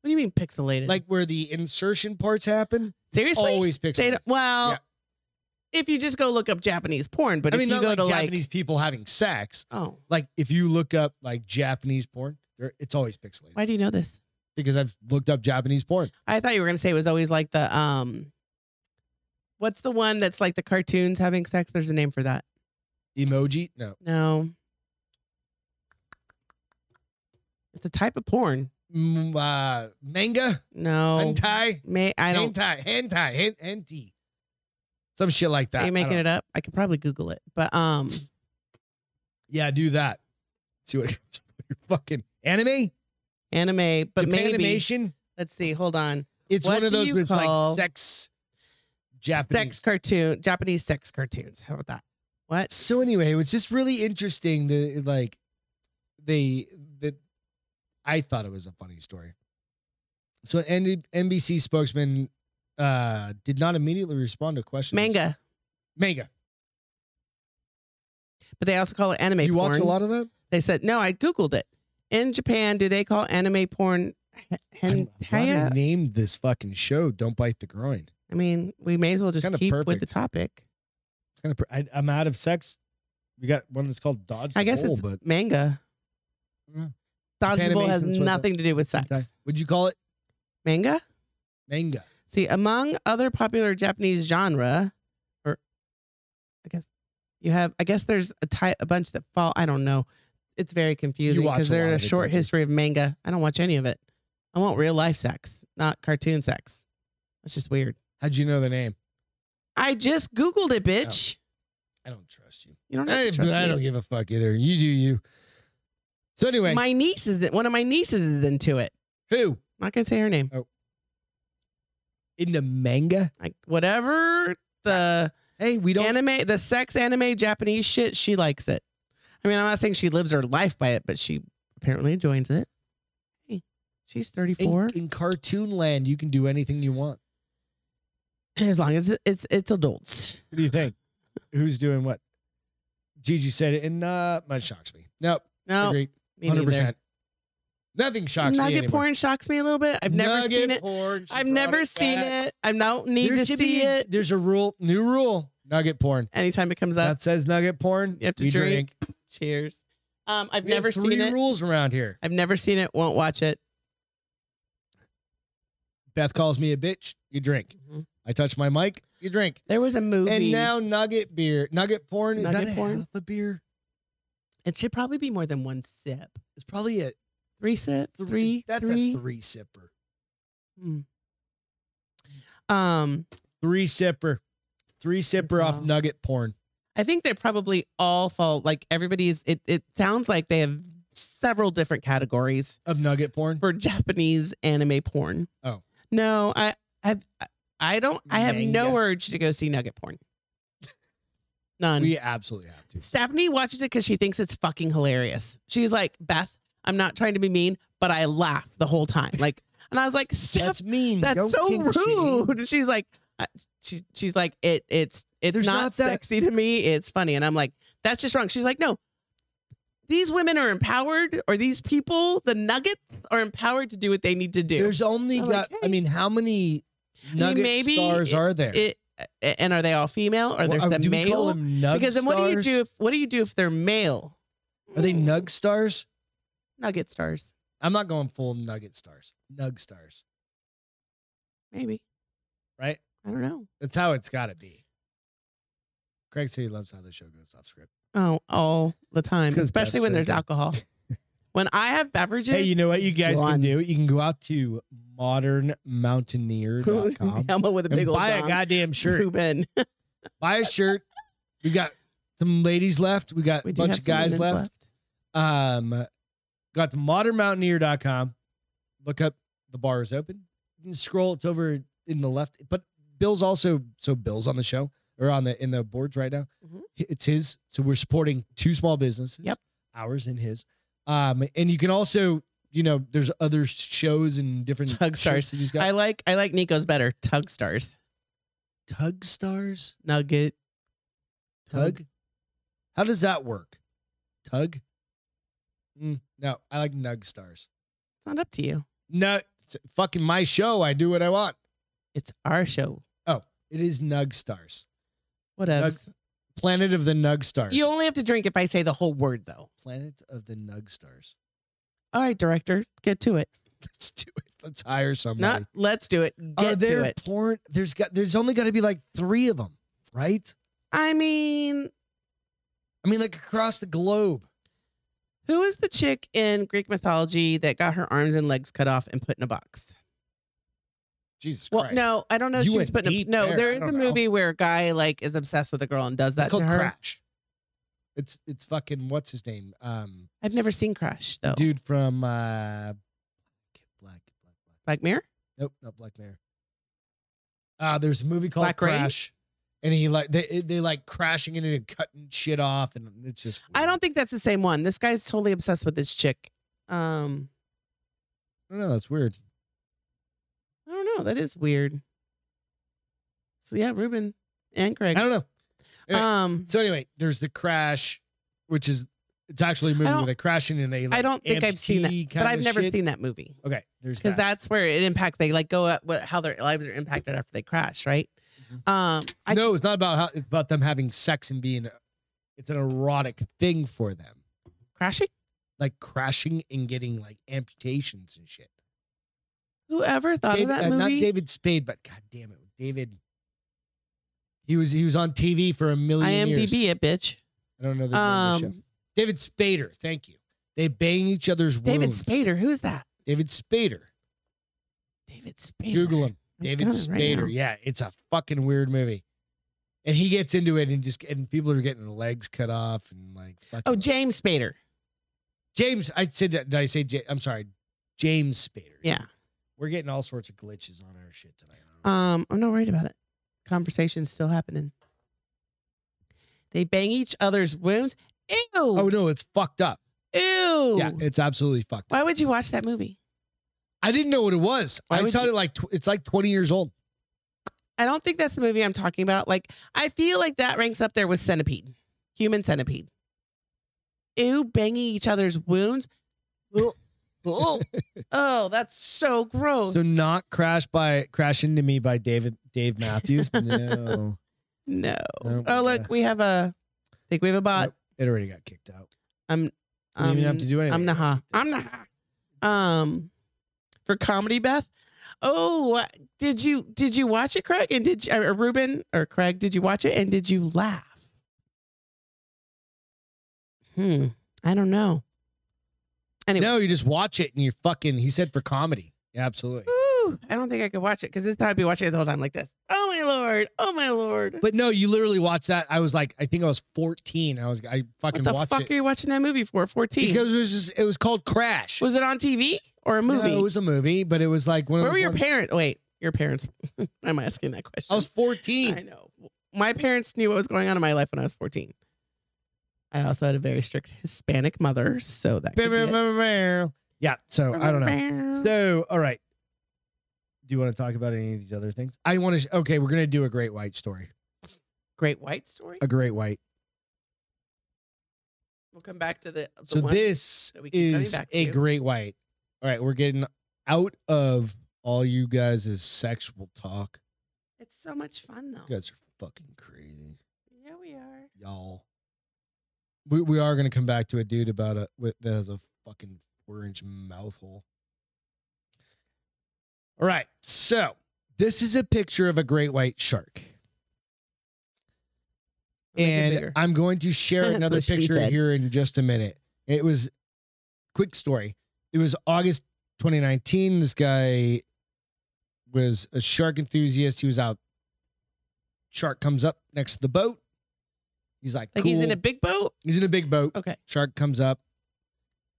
A: What do you mean pixelated?
B: like where the insertion parts happen,
A: seriously?
B: always pixelated.
A: They don't, well,
B: Yeah.
A: if you just go look up Japanese porn, but
B: I mean,
A: if
B: not
A: you go
B: like
A: to
B: Japanese people having sex.
A: like, oh,
B: Like if you look up like Japanese porn, they're- it's always pixelated
A: why do you know this?
B: because I've looked up Japanese porn.
A: I thought you were gonna say it was always like the um, what's the one that's like the cartoons having sex? There's a name for that.
B: Emoji? No,
A: No, it's a type of porn.
B: Mm, uh, manga,
A: No,
B: hentai,
A: may Oh. I don't.
B: hentai, hentai, hen- hentai, some shit like that.
A: Are you making it up? I could probably Google it, but um,
B: Yeah, do that. See what <laughs> your fucking anime,
A: Anime, but maybe
B: animation.
A: let's see. Hold on.
B: It's
A: What
B: one of
A: do
B: those
A: you
B: where it's
A: call
B: like sex, Japanese.
A: Sex cartoon, Japanese sex cartoons. How about that? What?
B: So anyway, it was just really interesting. The like, they that I thought it was a funny story. So an NBC spokesman uh did not immediately respond to questions.
A: Manga.
B: manga.
A: But they also call it anime
B: you
A: porn.
B: watch a lot of that?
A: They said, no, I Googled it. In Japan, do they call anime porn h-
B: I'm glad I
A: hentai?
B: named this fucking show "Don't Bite the Groin."
A: I mean, we may as well just
B: Kinda
A: keep with
B: perfect.
A: the topic.
B: Kind of, I, I'm out of sex. We got one that's called Dodge.
A: I
B: the
A: guess
B: Bull,
A: it's
B: but
A: manga.
B: Yeah.
A: Dodgeball has
B: Japanimation's what the-
A: nothing to do with sex.
B: Okay. Would you call it
A: Manga?
B: manga?
A: See, among other popular Japanese genre, or I guess you have, I guess there's a, ty- a bunch that fall. I don't know. It's very confusing
B: watch
A: because
B: a lot
A: there's
B: of
A: a
B: it,
A: short
B: don't you?
A: history of manga. I don't watch any of it. I want real life sex, not cartoon sex. That's just weird.
B: How'd you know the name?
A: I just Googled it, bitch.
B: I don't trust you.
A: You don't have
B: I,
A: to trust
B: I
A: me.
B: don't give a fuck either. You do you. So anyway,
A: My niece is one of my nieces is into it.
B: who
A: I'm not gonna say her name.
B: in the manga?
A: Like whatever the
B: Hey, we don't.
A: anime, the sex anime Japanese shit, she likes it. I mean, I'm not saying she lives her life by it, but she apparently enjoys it. Hey, she's 34.
B: In, in cartoon land, you can do anything you want.
A: <clears throat> As long as it's it's adults.
B: What do you <laughs> think? Who's doing what? Gigi said it, and uh, much shocks me. Nope,
A: No,
B: agreed,
A: me
B: hundred
A: neither.
B: percent. Nothing shocks me
A: Nugget
B: anymore.
A: porn shocks me a little bit. I've never
B: Nugget
A: seen it.
B: porn, she
A: I've
B: brought
A: never seen
B: back.
A: it. I don't need
B: There
A: to
B: should
A: see
B: be-
A: it.
B: There's a rule, new rule. Nugget porn
A: Anytime it comes up,
B: that says nugget porn.
A: You have to
B: we
A: drink. cheers. Um, I've
B: We have
A: never
B: three
A: seen it.
B: rules around here.
A: I've never seen it. Won't watch it.
B: Beth calls me a bitch. You drink. I touch my mic. You drink.
A: There was a movie.
B: Mm-hmm. And now nugget beer, nugget porn is
A: Nugget
B: that
A: porn?
B: a half a beer?
A: it should probably be more than one sip.
B: It's probably a
A: Three sip.
B: three.
A: Three.
B: that's
A: three.
B: a three sipper.
A: Mm. Um,
B: Three sipper, three sipper off
A: wow.
B: nugget porn.
A: I think they probably all fall like everybody's. It it sounds like they have several different categories
B: Of nugget porn,
A: for Japanese anime porn.
B: Oh.
A: no, I have I don't I have no
B: Manga.
A: urge to go see nugget porn. <laughs> None.
B: we absolutely have to.
A: Stephanie watches it because she thinks it's fucking hilarious. She's like, Beth, I'm not trying to be mean, but I laugh the whole time. Like, and I was like, Steph,
B: That's mean.
A: That's
B: Don't
A: so
B: kink shame.
A: rude. She's like, I- she, she's like, it, it's, it's
B: There's
A: not,
B: not that-
A: sexy to me. It's funny. And I'm like, that's just wrong. She's like, no, these women are empowered or these people, the nuggets are empowered to do what they need to do.
B: There's only
A: I'm
B: got.
A: like,
B: I mean, how many nugget
A: maybe
B: stars are there?
A: It- a- and are they all female or
B: Well,
A: there's
B: uh,
A: the
B: do we call
A: male?
B: them nug
A: Because then what do you
B: stars?
A: do if, what do you do if they're male?
B: Are they nug stars?
A: Nugget stars.
B: I'm not going full nugget stars. Nug stars,
A: Maybe.
B: right?
A: I don't know.
B: That's how it's got to be. Craig said he loves how the show goes off script.
A: Oh, all the time,
B: 'cause
A: especially
B: Beth's
A: when there's
B: drinking.
A: alcohol. when I have beverages,
B: hey, you
A: <laughs>
B: know what you guys
A: John.
B: can do? You can go out to modernmountaineer.com
A: Elmo <laughs> with a big
B: and
A: old
B: buy a
A: dong.
B: goddamn
A: <laughs>
B: shirt.
A: Poop in.
B: buy a shirt. We got some ladies left. We got
A: We
B: a
A: do
B: bunch
A: have
B: of
A: some
B: guys
A: women's
B: left. Um, go out to modernmountaineer.com. Look up the bar is open. You can scroll. It's over in the left. But Bill's also so Bill's on the show or on the in the boards right now.
A: Mhm.
B: H- It's his. So we're supporting two small businesses.
A: Yep.
B: Ours and his. Um, and you can also, you know, there's other shows and different
A: Tug
B: shirts that he's got.
A: I like I like Nico's better. Tug stars.
B: Tug stars.
A: Nugget.
B: Tug? How does that work? Tug? Mm, no, I like Nug Stars.
A: It's not up to you.
B: No, it's fucking my show. I do what I want.
A: It's our show.
B: It is Nug Stars.
A: What else?
B: Planet of the Nug Stars.
A: You only have to drink if I say the whole word though.
B: Planet of the Nug Stars. <laughs>
A: All right, director, get to it.
B: Let's do it. Let's hire
A: Not
B: somebody.
A: let's do it.
B: Are
A: Get
B: there
A: to it.
B: porn? There's got. There's only got to be like three of them, right?
A: I mean,
B: I mean, like across the globe.
A: who is the chick in Greek mythology that got her arms and legs cut off and put in a box?
B: Jesus
A: Well,
B: Christ.
A: no, I don't know. if
B: You
A: she was
B: went
A: putting a,
B: deep
A: no.
B: there.
A: There
B: I
A: is
B: don't
A: a
B: know.
A: movie where a guy like is obsessed with a girl and does that
B: it's called
A: to her.
B: Crash. It's it's fucking what's his name? Um,
A: I've never seen Crush though.
B: dude from uh, Black Black Black.
A: Black Mirror.
B: Nope, not Black Mirror. Uh, there's a movie called
A: Black Rain?
B: Crash, and he like they they like crashing into it and cutting shit off, and it's just.
A: I
B: weird.
A: don't think that's the same one. This guy's totally obsessed with this chick. Um,
B: I don't know. That's weird.
A: I don't know. That is weird. So yeah, Ruben and
B: I
A: Craig.
B: don't know. don't- uh,
A: Um,
B: So anyway, there's the Crash, which is it's actually a movie where
A: don't-
B: they crash into. and they. Like,
A: I don't think I've seen that,
B: amputee
A: but
B: kinda
A: I've never
B: shit.
A: seen that movie
B: Okay, there's
A: because
B: that.
A: that's where it impacts. They like go at what, how their lives are impacted after they crash, right? Um, I
B: Mm-hmm. no, it's not about how it's about them having sex and being. It's an erotic thing for them,
A: crashing.
B: like crashing and getting like amputations and shit.
A: Whoever thought
B: David-
A: of that
B: uh, Not
A: movie?
B: David Spade, but god damn it, David. He was he was on TV for a million years.
A: IMDb it, bitch.
B: I don't know the name of the show.
A: Um,
B: David Spader, thank you. They bang each other's
A: David
B: wombs.
A: Spader. Who's that?
B: David Spader.
A: David Spader.
B: Google him.
A: I'm
B: David
A: gonna right
B: Spader.
A: now.
B: yeah, it's a fucking weird movie. And he gets into it and just and people are getting legs cut off and like fucking
A: Oh, James Spader.
B: James. I said that. Did I say? Ja- I'm sorry, James Spader.
A: Yeah.
B: we're getting all sorts of glitches on our shit tonight.
A: Um, I'm not worried about it. Conversation's still happening. They bang each other's wounds. Ew.
B: oh no, it's fucked up.
A: Ew.
B: Yeah, it's absolutely fucked. up.
A: Oh. Why would you watch that movie?
B: I didn't know what it was.
A: Why
B: I
A: would
B: saw
A: you-
B: it like tw- it's like 20 years old.
A: I don't think that's the movie I'm talking about. Like, I feel like that ranks up there with Centipede, Human Centipede. Ew, banging each other's
B: <laughs>
A: wounds. Ugh. Ugh. oh, that's so gross.
B: So not crash by crash into me by David Dave
A: <laughs>
B: Matthews. no,
A: no.
B: No,
A: Oh, look,
B: yeah.
A: we have a. I think we have a bot.
B: Nope. it already got kicked out. You
A: Um,
B: don't even have to do anything.
A: I'm Naha. I'm Naha. Um, for comedy, Beth. Oh, did you did you watch it, Craig? And did you, or Ruben or Craig? Did you watch it and did you laugh? Hmm. I don't know. Anyway,
B: No, you just watch it and you're fucking. He said for comedy. Yeah, absolutely.
A: Ooh, I don't think I could watch it because this time I'd be watching it the whole time like this. Oh my lord! Oh my lord!
B: But no, you literally watched that. I was like, I think I was 14. I was I fucking
A: What the
B: watched
A: fuck
B: it
A: are you watching that movie for? Fourteen?
B: because it was just, it was called Crash.
A: was it on TV or a
B: No,
A: movie?
B: it was a movie, but it was like one
A: Where
B: of
A: were
B: those
A: your
B: ones-
A: parents? Wait, your parents? <laughs> I'm asking that question.
B: I was
A: I
B: 14.
A: know. My parents knew what was going on in my life when I was 14. I also had a very strict Hispanic mother, so that could be it.
B: Yeah, so I don't know.
A: Mm.
B: So, all right. Do you want to talk about any of these other things? I want to. Sh- okay, we're gonna do a great white story.
A: Great White Story.
B: A great white.
A: We'll come back to the, the
B: So
A: one.
B: this
A: that we keep coming
B: is
A: back
B: a
A: to.
B: great white. All right, we're getting out of all you guys' sexual talk.
A: It's so much fun though.
B: You guys are fucking crazy,
A: Yeah, we are.
B: y'all. We we are gonna come back to a dude about a with that has a fucking four inch mouth hole. All right, so this is a picture of a great white shark.
A: We'll make it
B: and
A: bigger.
B: I'm going to share
A: <laughs> That's
B: another
A: what she
B: picture
A: said.
B: here in just a minute. It was quick story. It was August 2019. This guy was a shark enthusiast. He was out. Shark comes up next to the boat. He's like,
A: like
B: cool.
A: he's in a big Oh. boat.
B: he's in a big boat.
A: Okay.
B: Shark comes up.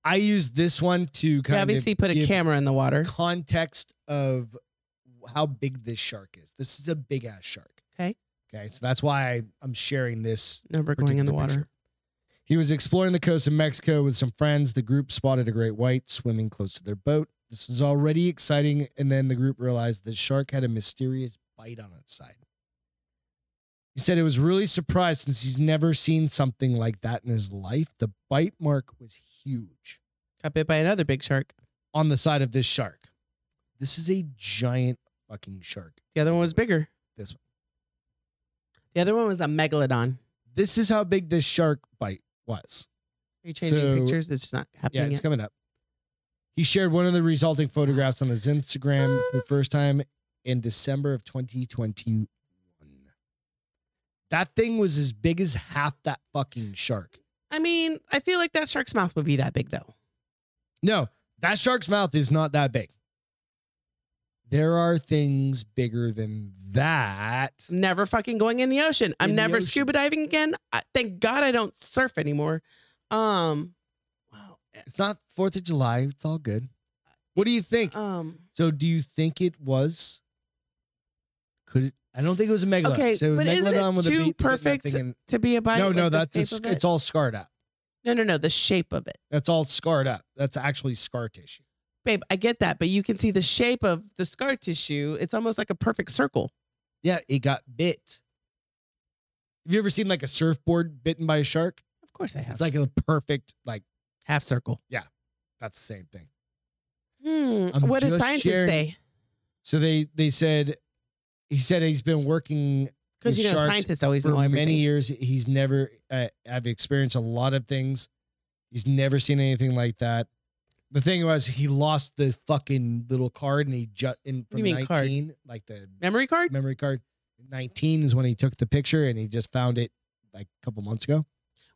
B: I used this one to
A: You
B: kind
A: obviously
B: of
A: put a
B: give
A: camera in the water.
B: context of how big this shark is. This is a big ass shark.
A: Okay.
B: Okay. So that's why I, I'm sharing this
A: No, we're going in the
B: particular
A: water.
B: picture. He was exploring the coast of Mexico with some friends. The group spotted a great white swimming close to their boat. This was already exciting, and then the group realized the shark had a mysterious bite on its side. He said it was really surprised since he's never seen something like that in his life. The bite mark was huge
A: Got bit by another big shark.
B: on the side of this shark. This is a giant fucking shark.
A: The other one was bigger.
B: This one.
A: The other one was a megalodon. Are
B: This is how big this shark bite was.
A: you changing
B: So-
A: pictures? It's not
B: Yeah,
A: happening
B: it's
A: yet.
B: coming up. He shared one of the resulting photographs on his Instagram for the first time in December of 2021. That thing was as big as half that fucking shark.
A: I mean, I feel like that shark's mouth would be that big though.
B: No, that shark's mouth is not that big. There are things bigger than that.
A: never fucking going in the ocean. I'm
B: In the
A: never
B: ocean.
A: scuba diving again. I, thank God I don't surf anymore. Um, wow.
B: It's not Fourth of July. It's all good. What do you think?
A: Um,
B: so, do you think it was? Could it? I don't think it was a megalodon.
A: Okay,
B: so
A: but isn't
B: megalodon
A: it
B: with a
A: too
B: beak, but
A: perfect
B: nothing in-
A: to be a body.
B: no,
A: like
B: no,
A: the
B: that's a,
A: shape
B: sc-
A: of it.
B: it's all scarred up.
A: no, no, no. The shape of it,
B: That's all scarred up. That's actually scar tissue.
A: babe. I get that, but you can see the shape of the scar tissue. It's almost like a perfect circle.
B: Yeah, it got bit. Have you ever seen like a surfboard bitten by a shark?
A: Of course, I have
B: It's like a perfect like
A: half circle.
B: that's the same thing.
A: Hmm.
B: I'm
A: What does
B: just
A: scientists
B: sharing-
A: say?
B: So they they said he said he's been working
A: Because
B: with
A: you know,
B: sharks
A: scientists always
B: for
A: know everything.
B: many years. He's never uh, I've experienced a lot of things. He's never seen anything like that. The thing was he lost the fucking little card and he just in from
A: mean card?
B: 19 like the
A: Memory card.
B: memory card 19 is when he took the picture and he just found it like a couple months ago.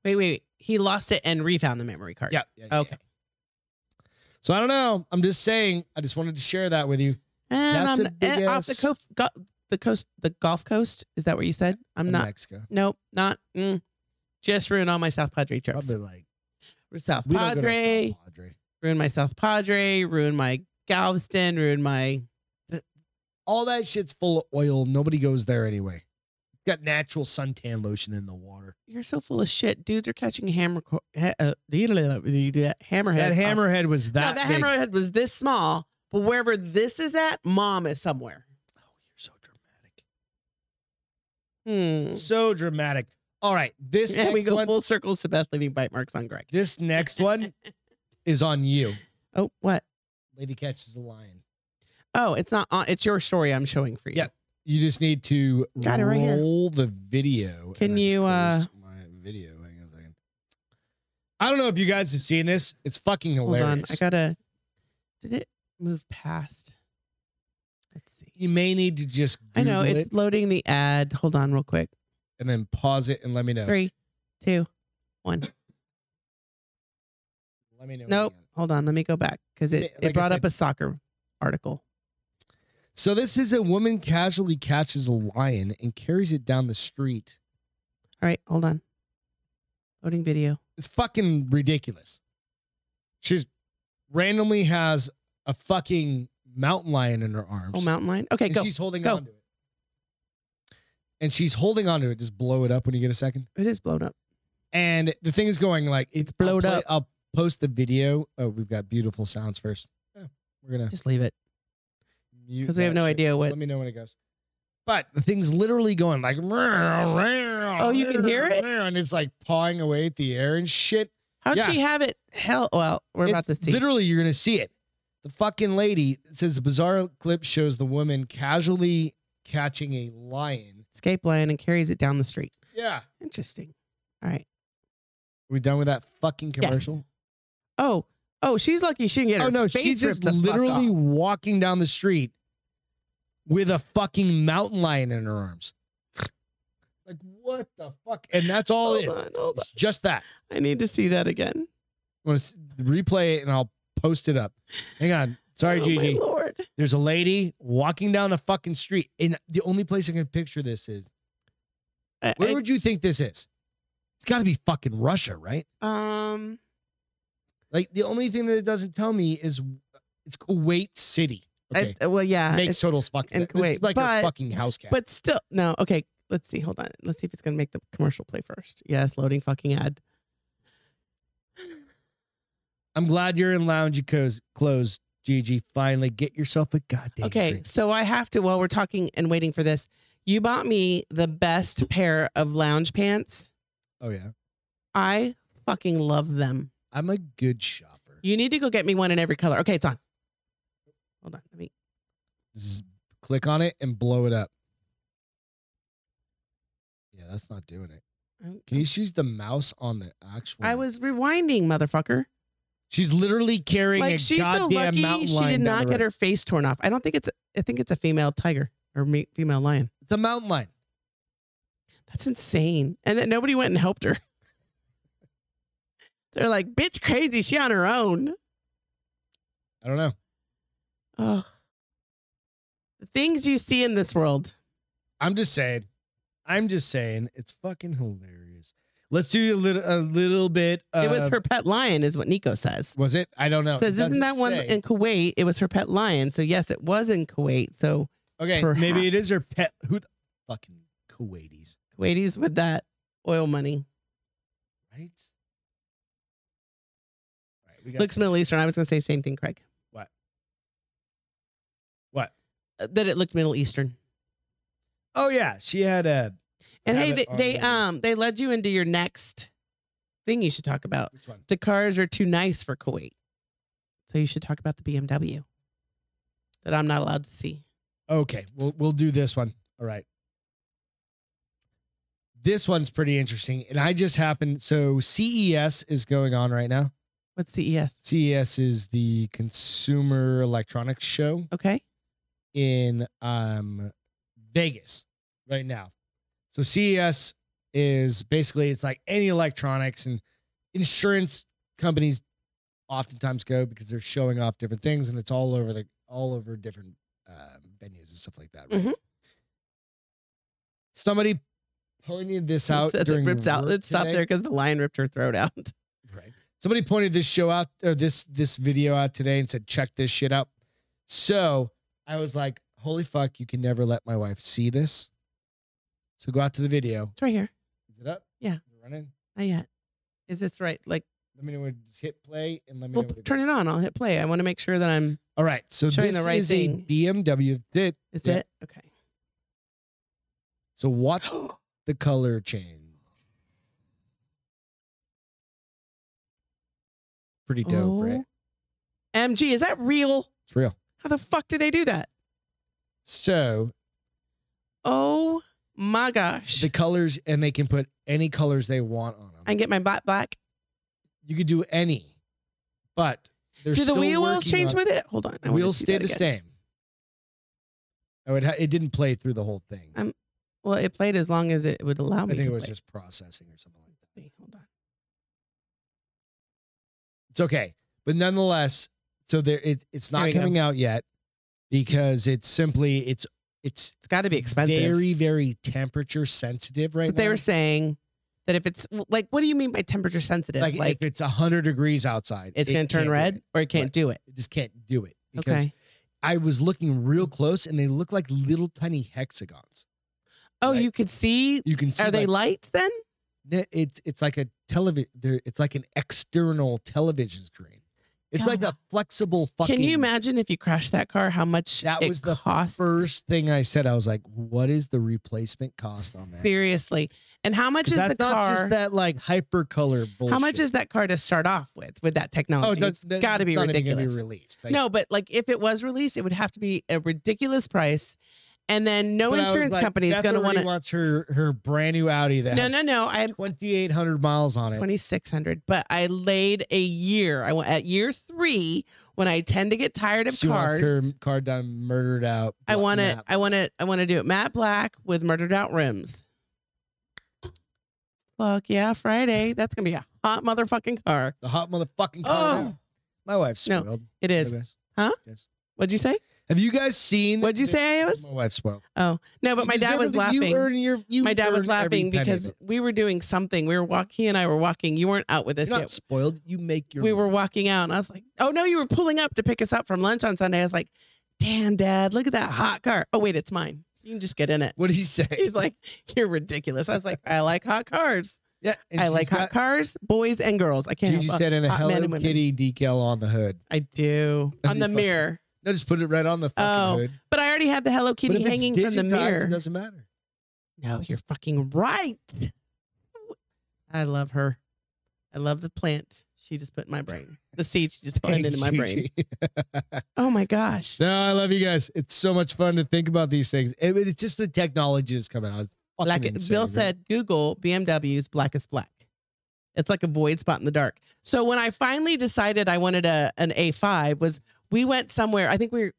A: Wait, wait, wait. He lost it and refound the memory card.
B: Yeah. yeah, yeah,
A: Okay.
B: So I don't know. I'm just saying. I just wanted to share that with you.
A: And
B: That's
A: I'm
B: a big
A: and off the
B: ass-
A: coast, go, the coast, the Gulf Coast. Is that what you said? I'm
B: in
A: not.
B: Mexico.
A: Nope, not. Mm, just ruined all my South Padre trips.
B: Probably like
A: South
B: we don't go to
A: Padre,
B: South Padre.
A: ruined my South Padre, ruined my Galveston, ruined my.
B: All that shit's full of oil. Nobody goes there anyway. It's got natural suntan lotion in the water.
A: You're so full of shit. Dudes are catching hammer. co- ha- uh, you do that hammerhead. uh,
B: That
A: Oh,
B: hammerhead was
A: No,
B: that.
A: that
B: big.
A: hammerhead was this small, but wherever this is at, mom is somewhere.
B: Oh, you're so dramatic.
A: Hmm.
B: So dramatic. All right. This
A: <laughs> And we
B: next
A: go
B: one.
A: full circle. Beth leaving bite marks on Greg.
B: This next
A: <laughs>
B: one is on you.
A: Oh, what?
B: Lady catches a lion.
A: Oh, it's not. On, it's your story. I'm showing for you.
B: Yeah. You just need to
A: Got it right here.
B: roll the video.
A: Can
B: and I just
A: you, uh,
B: closed My video. Hang on a second. I don't know if you guys have seen this. It's fucking
A: Hold
B: hilarious.
A: on. I gotta. Did it move past? Let's see.
B: you may need to just
A: I know
B: Google
A: it's
B: it
A: loading the ad. Hold on, real quick.
B: and then pause it and let me know.
A: Three, two, one.
B: Let me know. when
A: Nope.
B: you got it.
A: Hold on. Let me go back because it,
B: Like I
A: it brought up
B: said-
A: a soccer article.
B: So this is a woman casually catches a lion and carries it down the street.
A: All right. Hold on. Loading video.
B: It's fucking ridiculous. She's randomly has a fucking mountain lion in her arms.
A: Oh, mountain lion. Okay,
B: and
A: go.
B: she's holding
A: Go.
B: on to it. And she's holding on to it. Just blow it up when you get a second.
A: It is blown up.
B: And the thing is going like it's
A: blowed
B: I'll play-
A: up.
B: I'll post the video. Oh, we've got beautiful sounds first. Yeah, we're gonna
A: Just leave it.
B: mute
A: 'Cause we have
B: that
A: no
B: shit.
A: idea
B: Just
A: what-
B: Let me know when it goes. But the thing's literally going like. Oh,
A: you can hear it?
B: and it's like pawing away at the air and shit.
A: How'd
B: Yeah.
A: she have it? Hell, well, we're about to
B: It's
A: see.
B: Literally, you're gonna see it. The fucking lady it says the bizarre clip shows the woman casually catching a lion.
A: Escape lion and carries it down the street.
B: Yeah.
A: Interesting. All right.
B: we done with that fucking
A: Yes.
B: commercial?
A: Oh, oh, she's lucky she didn't get her.
B: Oh no,
A: face
B: she's just
A: ripped the fuck
B: literally
A: off.
B: walking down the street with a fucking mountain lion in her arms. Like what the fuck? And that's all it
A: Hold
B: is.
A: on, hold
B: It's just that.
A: on. I need to see that again.
B: I'm gonna s- replay it and I'll post it up. Hang on. Sorry,
A: oh,
B: Gigi.
A: My Lord.
B: There's a lady walking down a fucking street, and the only place I can picture this is
A: I-
B: where
A: I-
B: would you think this is? It's got to be fucking Russia, right?
A: um,
B: Like the only thing that it doesn't tell me is it's Kuwait City. Okay.
A: I, uh, well, yeah,
B: makes
A: it's-
B: total fuck
A: in
B: sense. This
A: Kuwait,
B: is like a
A: but-
B: fucking house cat.
A: But still, no. Okay, let's see. Hold on. Let's see if it's gonna make the commercial play first. Yes, loading fucking ad.
B: I'm glad you're in lounge clothes, clothes, Gigi. Finally, get yourself a goddamn
A: Okay,
B: drink.
A: so I have to. While we're talking and waiting for this, you bought me the best pair of lounge pants.
B: Oh yeah,
A: I fucking love them.
B: I'm a good shopper.
A: You need to go get me one in every color. Okay, it's on. Hold on. Let me.
B: Z- click on it and blow it up. Yeah, that's not doing it. Can you just use the mouse on the actual?
A: I was rewinding, motherfucker.
B: She's literally carrying a
A: Like she's so
B: goddamn
A: lucky
B: mountain
A: she
B: lion.
A: did
B: down
A: not
B: the
A: get
B: road.
A: her face torn off. I don't think it's. I think it's a female tiger or me, female lion.
B: It's a mountain lion.
A: That's insane. And that nobody went and helped her. <laughs> They're like, bitch, crazy. She on her own.
B: I don't know.
A: Oh, The things you see in this world.
B: I'm just saying. I'm just saying. It's fucking hilarious. Let's do a little, a little bit. Of,
A: it was her pet lion, is what Nico says.
B: was it? I don't know. Uh, It
A: Says, isn't
B: doesn't
A: that one
B: say.
A: in Kuwait? It was her pet lion. So yes, it was in Kuwait. So
B: okay, maybe it is her pet. Who? the- Fucking Kuwaitis,
A: Kuwaitis with that oil money
B: right? Right. We got
A: looks Middle Eastern. I was going to say same thing, Craig.
B: what?
A: Uh, That it looked Middle Eastern.
B: Oh yeah, she had a.
A: And
B: Have
A: hey,
B: it
A: they,
B: on
A: they
B: the-
A: um they led you into your next thing you should talk about.
B: Which one?
A: The cars are too nice for Kuwait, so you should talk about the BMW that I'm not allowed to see.
B: Okay, we'll we'll do this one. All right. This one's pretty interesting, and I just happened. So CES is going on right now.
A: What's CES?
B: CES is the Consumer Electronics Show
A: Okay,
B: in um, Vegas right now. So CES is basically it's like any electronics and insurance companies oftentimes go because they're showing off different things and it's all over the all over different uh, venues and stuff like that. Right?
A: Mhm.
B: Somebody pointed this out
A: <laughs> It says
B: during
A: it rips out.
B: work
A: Let's stop
B: today.
A: there because the lion ripped her throat out. <laughs>
B: Right. Somebody pointed this show out or this this video out today and said, check this shit out. So I was like, holy fuck, you can never let my wife see this. So go out to the video.
A: It's right here.
B: Is it up?
A: Yeah.
B: Is it Running.
A: Not yet. Is this right? Like,
B: Let me know when just hit play and let me
A: well,
B: know. What
A: turn it on. I'll hit play. I want to make sure that I'm.
B: All right. So
A: Showing
B: this
A: the right
B: is
A: thing.
B: a BMW that
A: Is
B: Yeah.
A: it okay? <gasps>
B: so watch the color change. Pretty dope, right?
A: Oh. MG, is that real?
B: It's real.
A: How the fuck do they do that?
B: So
A: Oh my gosh!
B: the colors and they can put any colors they want on them.
A: I can get my bot black.
B: You could do any, but there's
A: Do the
B: still
A: wheel wheels
B: working
A: change
B: on-
A: with it? Hold on. I wanna
B: wheels
A: see
B: stay
A: that
B: the
A: again.
B: same. Oh, it ha- it didn't play through the whole thing.
A: I'm Well, it played as long as it would allow
B: I
A: me
B: think
A: to
B: it was
A: play.
B: just processing or something like that.
A: Wait, Hold on.
B: It's okay, but nonetheless, so there it, it's
A: There
B: not
A: we go.
B: coming out yet because it's simply it's it's
A: It's got to be expensive.
B: very very temperature sensitive right
A: so they
B: now.
A: were saying that if it's like, what do you mean by temperature sensitive?
B: like,
A: Like,
B: if it's hundred degrees outside,
A: it's
B: it
A: going to
B: can't
A: turn
B: do
A: red
B: It.
A: or it can't
B: Right.
A: do it.
B: It just can't do it because
A: Okay.
B: I was looking real close and they look like little tiny hexagons.
A: Oh,
B: right.
A: you could see.
B: You can see
A: Are they
B: like,
A: lights then?
B: ne- it's it's like a television it's like an external television screen. It's like a
A: God.
B: flexible fucking
A: Can you imagine if you crashed that car, how much
B: That
A: it
B: was the <laughs>
A: cost?
B: first thing I said I was like what is the replacement cost on that? 'Cause
A: Seriously. And how much is
B: that's
A: the
B: not
A: car?
B: just that like hyper color bullshit.
A: How much is that car to start off with with that technology?
B: Oh, that's,
A: it's got to be ridiculous.
B: released. Like,
A: no, but like if it was released, it would have to be a ridiculous price, and then no
B: but I was
A: insurance
B: like,
A: company is
B: Beth
A: going to
B: already
A: want to.
B: wants her her brand new Audi that
A: No,
B: has
A: no, no. I had
B: 2800 miles on it.
A: twenty six hundred, but I laid a year. I went at year three when I tend to get tired of
B: she
A: cars.
B: wants her car done murdered out.
A: I want
B: it.
A: to. I want to. I want to do it matte black with murdered out rims. Fuck yeah, Friday. That's gonna be a hot motherfucking car.
B: The hot motherfucking car.
A: Oh,
B: My wife's
A: No,
B: spoiled.
A: it is. Huh?
B: Yes.
A: What'd you say?
B: Have you guys seen?
A: What'd you
B: the-
A: say I was?
B: My wife's spoiled.
A: Oh no, but my
B: Because
A: dad was
B: everything-
A: laughing.
B: You earn your, you
A: my dad
B: earn
A: was
B: every
A: laughing
B: penny
A: because
B: of it.
A: we were doing something. We were walking. He and I were walking. You weren't out with us
B: you're not
A: yet.
B: spoiled. You make your. <laughs>
A: We were
B: money.
A: walking out, and I was like, "Oh no, you were pulling up to pick us up from lunch on Sunday." I was like, "Damn, Dad, look at that hot car." Oh wait, it's mine. You can just get in it. <laughs>
B: What did he say?
A: He's like, "You're ridiculous." I was like, "I like hot cars.
B: yeah. and
A: I
B: she's
A: like hot
B: got-
A: cars, boys and girls. I can't.
B: Gigi
A: help-
B: said in a
A: hot men
B: Hello
A: and women.
B: Kitty decal on the hood.
A: I do
B: That'd
A: on
B: be
A: the
B: fucking-
A: mirror,
B: No, just put it right on the fucking
A: Oh,
B: hood.
A: but I already had the Hello
B: But
A: Kitty
B: if it's
A: hanging from the
B: digitized,
A: mirror.
B: It doesn't matter.
A: No, you're fucking right. I love her. I love the plant she just put in my brain. The seed she <laughs> just <laughs> put
B: Thanks,
A: into my brain.
B: Gigi.
A: Oh my
B: <laughs>
A: gosh.
B: no, I love you guys. It's so much fun to think about these things. I mean, it's just the technology is coming out. It's fucking
A: Black,
B: insane,
A: Bill
B: right?
A: said, Google BMW's blackest black. It's like a void spot in the dark. So when I finally decided I wanted a an A5 was we went somewhere. I think we were,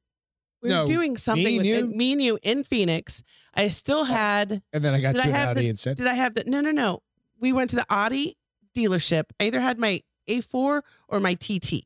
A: we were
B: No,
A: doing something
B: and
A: with
B: you? Oh.
A: in- me and you in Phoenix. I still had
B: And then I got
A: Did
B: you
A: I
B: an
A: have
B: Audi
A: the-
B: and said,
A: did I have the no no no. We went to the Audi dealership. I either had my A4 or my TT.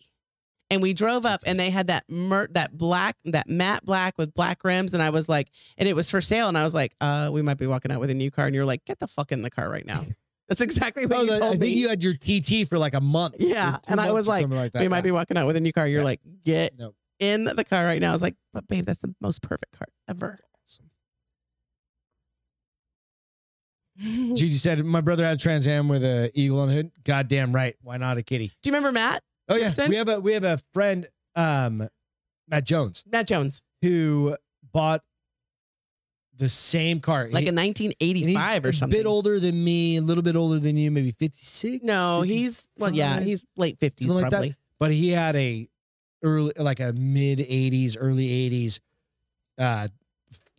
A: And we drove up and they had that mer- that black, that matte black with black rims. And I was like, and it was for sale. And I was like, uh, we might be walking out with a new car. And you're like, get the fuck in the car
B: <laughs>
A: right now. That's exactly what
B: Oh,
A: you
B: the- I
A: told
B: think
A: me.
B: you had your TT for like a month. or
A: Yeah,
B: two
A: and I
B: months
A: was
B: or
A: like,
B: something like that.
A: we might be walking out with a new car. You're
B: Yeah.
A: like, get
B: No.
A: in the car right now. I was like, but babe, that's the most perfect car ever. <laughs> Do
B: Gigi said, "My brother had a Trans Am with a eagle on the hood. Goddamn right. Why not a kitty?
A: you remember Matt?
B: Oh yeah,
A: Gibson?
B: we have a we have a friend, um, Matt Jones,
A: Matt Jones,
B: who bought the same car,
A: like
B: He-
A: in
B: and he's
A: 1985 or something.
B: A bit older than me, a little bit older than you, maybe fifty six.
A: No, he's well, yeah,
B: 55?
A: he's late 50s
B: Something like that.
A: probably.
B: but he had a early like a mid 80s early 80s uh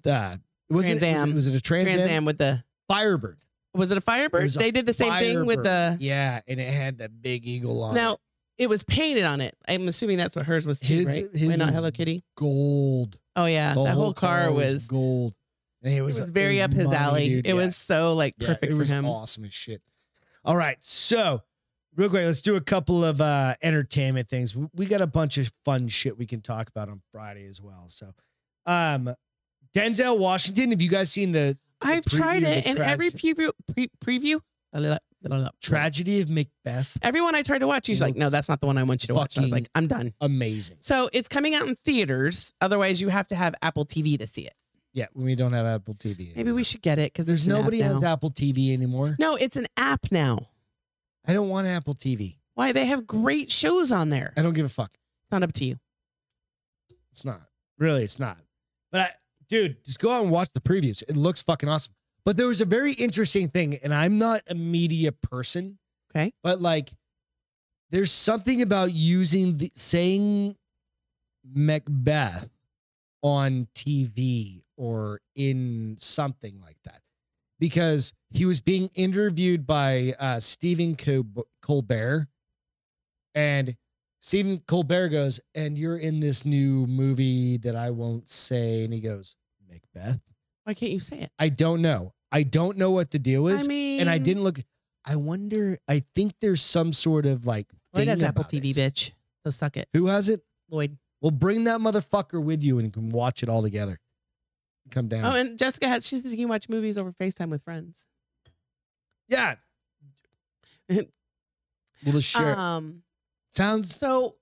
B: uh was it,
A: Trans
B: was
A: Am.
B: it was it a Trans,
A: Trans
B: Am
A: Am with the
B: Firebird
A: was it a
B: It
A: Firebird?
B: was a
A: they did the same thing with the
B: Firebird. yeah and it had the big eagle on
A: now.
B: it.
A: It. was painted on it. I'm assuming that's what hers was too,
B: His-
A: right?
B: his
A: Why not
B: was
A: Hello Kitty?
B: gold
A: Oh yeah,
B: the
A: that whole car, was,
B: gold and it
A: it
B: was
A: was very
B: it was
A: up his
B: money,
A: alley.
B: dude. Yeah.
A: It was so like
B: Yeah,
A: perfect
B: it
A: for
B: was
A: him.
B: awesome as shit all right so real quick let's do a couple of uh entertainment things we, we got a bunch of fun shit we can talk about on friday as well so um denzel washington have you guys seen the
A: I've
B: preview
A: tried
B: of
A: it,
B: the
A: and every preview pre- preview. blah, blah, blah, blah.
B: Tragedy of Macbeth.
A: Everyone I tried to watch, he's
B: It
A: like, "No,
B: looks
A: that's not the one I want you to watch." I was
B: fucking
A: like, "I'm done."
B: Amazing.
A: So it's coming out in theaters. Otherwise, you have to have Apple TV to see it.
B: Yeah, we don't have Apple TV.
A: Maybe we should get it because
B: There's nobody
A: app
B: has
A: now.
B: Apple TV anymore.
A: No, it's an app now.
B: I don't want Apple TV.
A: Why they have great shows on there?
B: I don't give a fuck.
A: It's not up to you.
B: It's not. Really, it's not. But I, dude, just go out and watch the previews. It looks fucking awesome. But there was a very interesting thing, and I'm not a media person.
A: Okay.
B: But like, there's something about using the saying Macbeth on TV or in something like that. Because he was being interviewed by uh, Stephen Col- Colbert, and Stephen Colbert goes, and you're in this new movie that I won't say. And he goes, Macbeth.
A: Why can't you say it?
B: I don't know. I don't know what the deal is.
A: I mean,
B: and I didn't look. I wonder. I think there's some sort of like.
A: Lloyd
B: thing
A: has Apple
B: about
A: TV,
B: it.
A: bitch. So suck it,
B: Who has it?
A: Lloyd.
B: Well, bring that motherfucker with you and you can watch it all together. Come down.
A: Oh, and Jessica has. She said you can watch movies over Facetime with friends. <laughs>
B: yeah. Little share.
A: Um.
B: Sounds
A: So,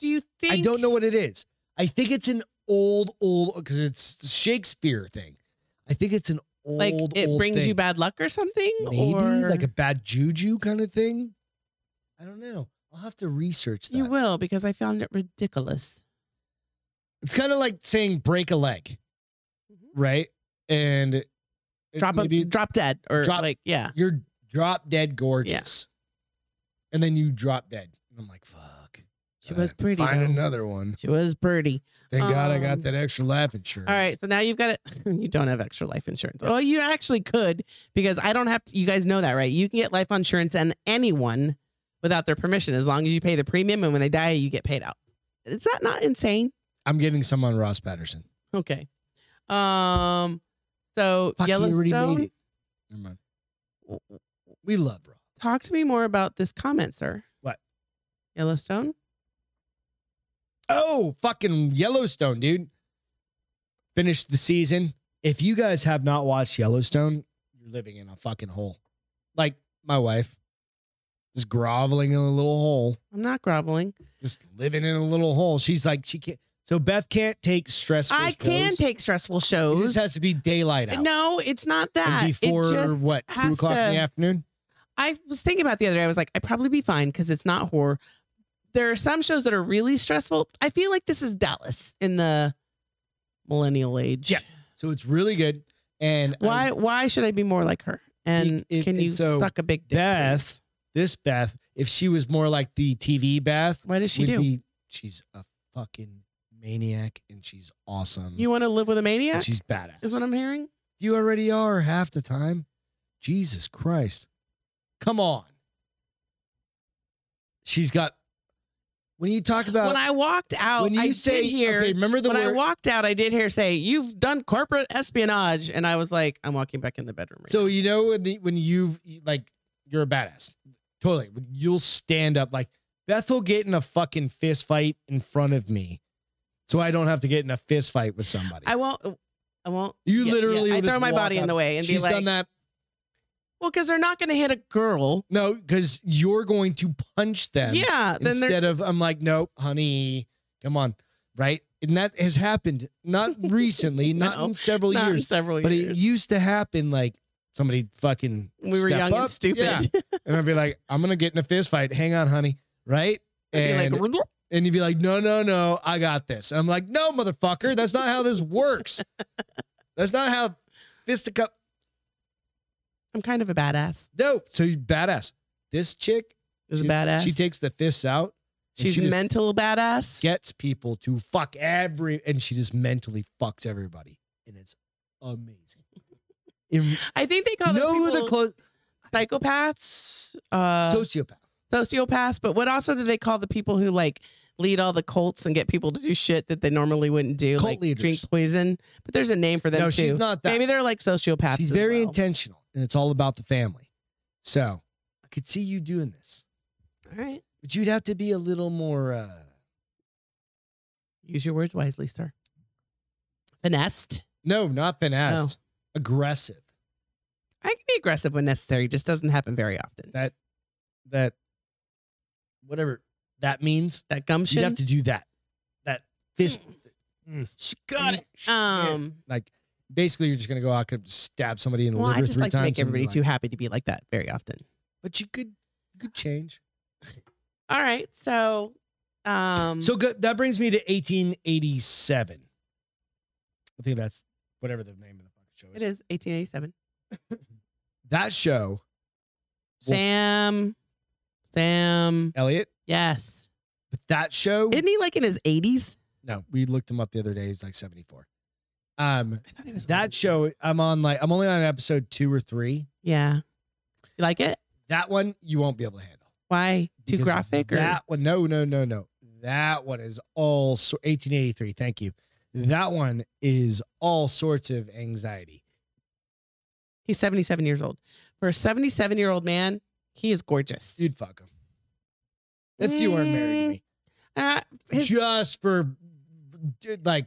A: do you think?
B: I don't know what it is. I think it's an old, old because it's Shakespeare thing. I think it's an old,
A: Like it
B: old
A: brings
B: thing.
A: you bad luck or something,
B: maybe
A: or
B: like a bad juju kind of thing. I don't know. I'll have to research that.
A: you will because I found it ridiculous.
B: It's kind of like saying break a leg, right? And it
A: Mm-hmm. Drop
B: maybe
A: a, drop dead or
B: Drop-
A: like yeah.
B: you're drop dead gorgeous, and then you drop dead. And I'm like, fuck.
A: She
B: Gotta
A: was pretty.
B: Find
A: though.
B: another one.
A: She was pretty.
B: Thank God I
A: Um,
B: got that extra life insurance.
A: All right, so now you've got it. <laughs> You don't have extra life insurance. Well, you actually could because I don't have to. You guys know that, right? You can get life insurance on anyone without their permission as long as you pay the premium, and when they die, you get paid out. Is that not insane?
B: I'm getting some on Ross Patterson.
A: Okay. Um. So
B: Fuck, he already made
A: Yellowstone,
B: it. Never mind. We love Ross.
A: talk to me more about this comment, sir.
B: What?
A: Yellowstone?
B: Oh, fucking Yellowstone, dude. Finished the season. If you guys have not watched Yellowstone, you're living in a fucking hole. Like my wife, just groveling in a little hole,
A: I'm not groveling.
B: just living in a little hole. She's like, she can't. So Beth can't take stressful.
A: I can
B: shows.
A: take stressful
B: It
A: shows.
B: just has to be daylight out.
A: no, it's not that.
B: And
A: It
B: before
A: just-
B: what two
A: has
B: o'clock in the
A: to-
B: afternoon?
A: I was thinking about the other day. I was like, I'd probably be fine because it's not horror. There are some shows that are really stressful. I feel like this is Dallas in the millennial age.
B: Yeah. So it's really good. And um, I
A: Why? Why should I be more like her? And
B: It- it-
A: can
B: and
A: you
B: so
A: suck a big dick?
B: Beth-
A: please?
B: this Beth, if she was more like the TV Beth,
A: Why does she
B: would
A: do?
B: be- she's a fucking maniac and she's awesome.
A: you want to live with a
B: and
A: maniac?
B: she's badass.
A: Is what I'm hearing.
B: you already are half the time. Jesus Christ. Come on. She's got when you talk about
A: when I walked out,
B: Uh, when you
A: I
B: say
A: did hear.
B: okay, remember the
A: when I
B: word
A: walked out, I did hear say, "You've done corporate espionage," and I was like, "I'm walking back in the bedroom." Right
B: So you know when the when you like you're a badass, totally. When You'll stand up like Bethel get in a fucking fist fight in front of me, so I don't have to get in a fist fight with somebody.
A: I won't. I won't.
B: you
A: yeah,
B: literally
A: yeah. I
B: would
A: throw
B: just
A: my
B: walk
A: body in
B: up.
A: the way and
B: She's
A: be like,
B: done that.
A: well, because they're not going to hit a girl.
B: No, because you're going to punch them.
A: yeah. Then they're
B: instead of I'm like, nope, honey, come on, right? And that has happened
A: <laughs>
B: not recently, not
A: No,
B: in several
A: not in
B: years,
A: several
B: but it
A: years.
B: used to happen. Like somebody fucking
A: we were
B: step
A: young
B: up.
A: and stupid.
B: Yeah.
A: <laughs>
B: and I'd be like, I'm gonna get in a fist fight. Hang on, honey, right?
A: Be like,
B: And and you'd be like, no, no, no, I got this. And I'm like, no, motherfucker, that's not how this
A: <laughs>
B: works. that's not how fisticuff.
A: I'm kind of a badass.
B: No, so you badass. This chick,
A: Is a
B: she-
A: badass.
B: She takes the fists out. and
A: She's
B: she just
A: mental badass.
B: gets people to fuck every and she just mentally fucks everybody and it's
A: <laughs>
B: amazing In-
A: I think they call
B: know who
A: those
B: the
A: people
B: close
A: psychopaths, uh,
B: sociopath
A: sociopaths. But what also do they call the people who like lead all the cults and get people to do shit that they normally wouldn't do,
B: Cult
A: like
B: leaders.
A: drink poison? But there's a name for them
B: no
A: too.
B: she's not that
A: Maybe they're like sociopaths.
B: she's
A: as
B: very
A: well.
B: intentional and it's all about the family so i could see you doing this
A: All right.
B: but you'd have to be a little more uh
A: Use your words wisely, sir. Finessed.
B: no not finessed aggressive
A: I can be aggressive when necessary. Just doesn't happen very often.
B: that that whatever that means
A: That
B: you'd have
A: gumption.
B: to do that that this she
A: Mm. got it. um.
B: like basically you're just gonna go out and stab somebody in the
A: Well, I
B: liver
A: just
B: three
A: like to
B: times.
A: make
B: and be
A: everybody
B: like,
A: too happy to be like that very often.
B: But you could you could change.
A: All right. So, um,
B: So good. That brings me to 1887. I think that's whatever the name of the fucking show is.
A: it is 1887.
B: That show, Well-
A: Sam, Sam,
B: Elliot.
A: yes.
B: But that show.
A: Isn't he like in his 80s?
B: no, we looked him up the other day. He's like 74. Um,
A: I thought he was
B: that
A: older.
B: show. I'm on like I'm only on episode two or three.
A: Yeah. You like it?
B: That one you won't be able to handle.
A: Why? Too
B: because
A: graphic? Or
B: That one, no, no, no, no. That one is all so, 1883. Thank you. That one is all sorts of anxiety.
A: he's 77 years old. For a 77 year old man, he is gorgeous.
B: You'd fuck him if you weren't married to me,
A: Uh, his-
B: just for dude, like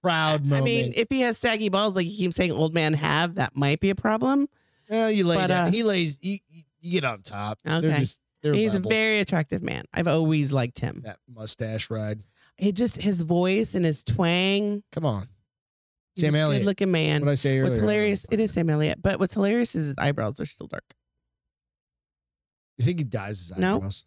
B: proud
A: I
B: moment.
A: mean, if he has saggy balls, like you keep saying old man have, that might be a problem.
B: Eh, you lay
A: but,
B: down.
A: uh,
B: he lays. You, you- you get on top. They're
A: Okay.
B: just. They're
A: He's
B: level.
A: a very attractive man. I've always liked him.
B: that mustache ride.
A: He just, his voice and his twang.
B: Come on,
A: He's
B: Sam
A: a
B: Elliott.
A: Good looking man.
B: What I say earlier.
A: What's
B: I don't know
A: hilarious,
B: if I-
A: it is Sam Elliott, but what's hilarious is his eyebrows are still dark.
B: You think he dyes his
A: No.
B: eyebrows?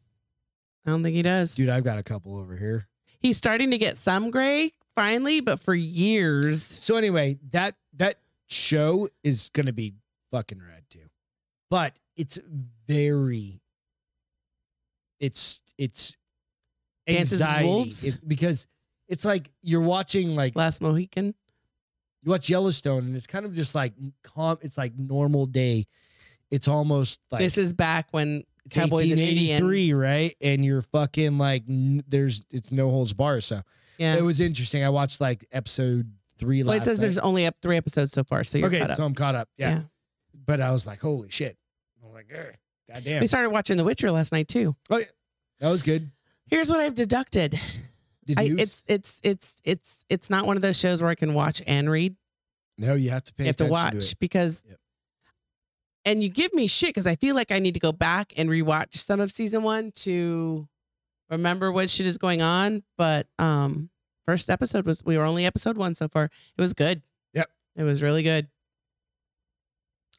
A: I don't think he does.
B: Dude, I've got a couple over here.
A: He's starting to get some gray finally, but for years.
B: So anyway, that that show is gonna be fucking rad too, but it's very, it's it's
A: Dances with
B: anxiety
A: wolves?
B: It- because it's like you're watching like
A: Last Mohican.
B: you watch Yellowstone and it's kind of just like calm. It's like normal day. It's almost like
A: this is back when
B: it's
A: Cowboys and
B: 1883,
A: Indians.
B: right? And you're fucking like n- there's it's no holds bar. So
A: Yeah.
B: it was interesting. I watched like episode three.
A: well, it
B: last
A: says
B: night.
A: there's only up three episodes so far, so you're
B: okay,
A: caught up.
B: so I'm caught up. Yeah.
A: Yeah.
B: But I was like, holy shit. I'm like, "Grr, goddamn.
A: We started watching The Witcher last night too.
B: That was good.
A: Here's what I've deducted.
B: Did
A: I,
B: you?
A: it's it's it's it's it's not one of those shows where I can watch and read.
B: no, you have to pay
A: you have to
B: attention
A: watch
B: it.
A: because
B: Yep.
A: and you give me shit because i feel like i need to go back and rewatch some of season one to remember what shit is going on but um first episode was we were only episode one so far it was good
B: Yep.
A: it was really good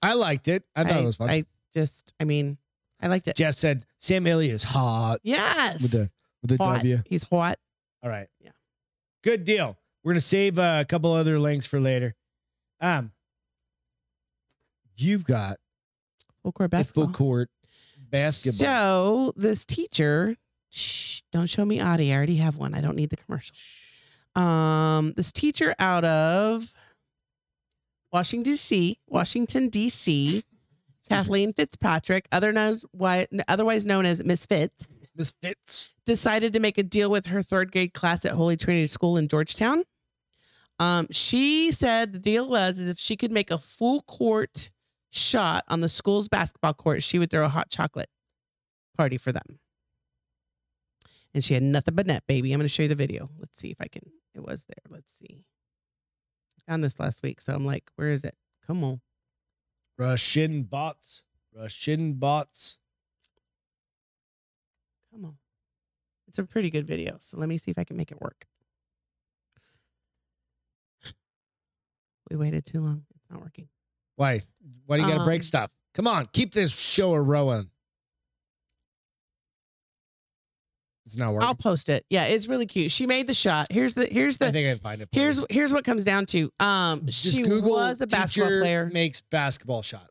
B: I liked it. I thought it was fun.
A: i just i mean i liked it
B: Jess said, Sam Elliott is hot
A: yes
B: with the, with the
A: hot.
B: W.
A: he's hot
B: All right.
A: Yeah.
B: Good deal. We're going to save uh, a couple other links for later. Um, You've got
A: full court
B: a full
A: basketball
B: court basketball.
A: So this teacher, shh, don't show me Audi. I already have one. I don't need the commercial. Um, this teacher out of Washington D.C., Washington D.C., Kathleen Fitzpatrick, other known- why- otherwise known as Miss Fitz,
B: Miss Fitz.
A: decided to make a deal with her third grade class at Holy Trinity School in Georgetown. Um, she said the deal was is if she could make a full court shot on the school's basketball court, she would throw a hot chocolate party for them. and she had nothing but net, baby. I'm going to show you the video. Let's see if I can. It was there. Let's see. Found this last week, so I'm like, where is it? Come on.
B: Russian bots. Russian bots.
A: Come on. It's a pretty good video. So let me see if I can make it work. We waited too long. It's not working.
B: Why? Why do you got to break
A: Um,
B: stuff? Come on, keep this show a rowing. It's not working.
A: I'll post it. Yeah, it's really cute. She made the shot. Here's the here's
B: I
A: the
B: think I can find it. for you.
A: here's here's what comes down to. Um
B: Just
A: she
B: Google
A: was a basketball
B: teacher
A: player.
B: Makes basketball shot.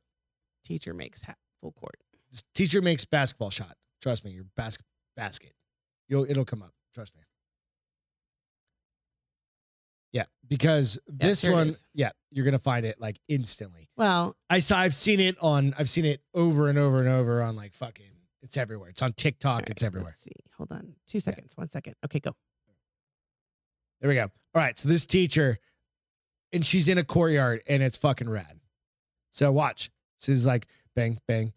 A: Teacher makes ha- full court.
B: Just teacher makes basketball shot. Trust me, your bas- basket. You'll it'll come up. Trust me. Yeah, because this
A: here it
B: one,
A: is.
B: yeah, you're gonna find it like instantly.
A: Well,
B: I saw I've seen it on I've seen it over and over and over on like fucking it's everywhere. It's on TikTok,
A: all right,
B: it's everywhere.
A: Let's see. Hold on. 2 seconds. 1 second. Okay, go.
B: There we go. All right, so this teacher and she's in a courtyard and it's fucking rad. So watch. So it's like bang bang.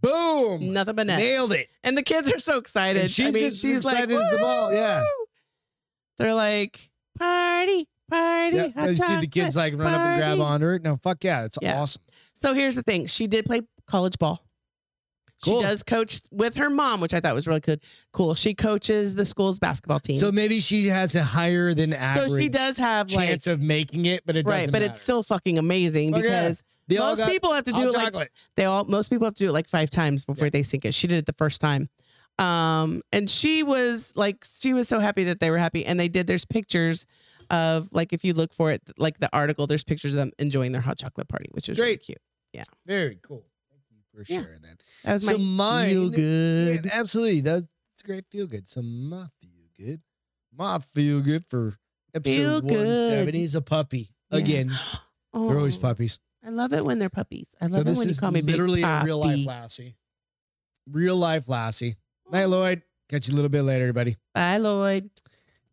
B: Boom.
A: Nothing but net.
B: Nailed it.
A: And the kids are so excited.
B: Oh And she's
A: I mean,
B: just as
A: she's like,
B: excited as the ball, yeah.
A: "Woo!" They're like, "Party, party,
B: Yep.
A: hot
B: You see the
A: chocolate."
B: kids like run up and grab
A: party.
B: onto her. No, fuck yeah. It's
A: Yeah.
B: awesome.
A: So here's the thing. She did play college ball.
B: Cool.
A: She does coach with her mom, which I thought was really good. Cool. She coaches the school's basketball team.
B: So maybe she has a higher than average
A: So she does have like
B: chance of making it, but it doesn't
A: right, but it's
B: matter.
A: still fucking amazing
B: Fuck yeah.
A: because
B: They all
A: most
B: got
A: people have to do
B: hot
A: it like
B: chocolate.
A: they all most people have to do it like five times before
B: Yeah.
A: they sink it. She did it the first time. Um, and she was like she was so happy that they were happy. And they did there's pictures of like if you look for it, like the article, there's pictures of them enjoying their hot chocolate party, which is really
B: Great.
A: cute.
B: Very cool. Thank you for
A: Yeah.
B: sharing that.
A: That was
B: So
A: my
B: mine-
A: feel
B: Yeah,
A: good.
B: absolutely. That's it's a great feel good. So my feel good. My feel good for
A: Feel
B: episode
A: good.
B: 170 is a puppy.
A: Yeah. <gasps>
B: Again, they're always
A: Oh.
B: puppies.
A: I love it when they're puppies. I
B: So
A: love it
B: this
A: when you
B: is
A: call me big
B: literally a real life
A: puppy.
B: Lassie. Real life Lassie.
A: Oh.
B: Night, Lloyd. Catch you a little bit later, everybody.
A: Bye, Lloyd.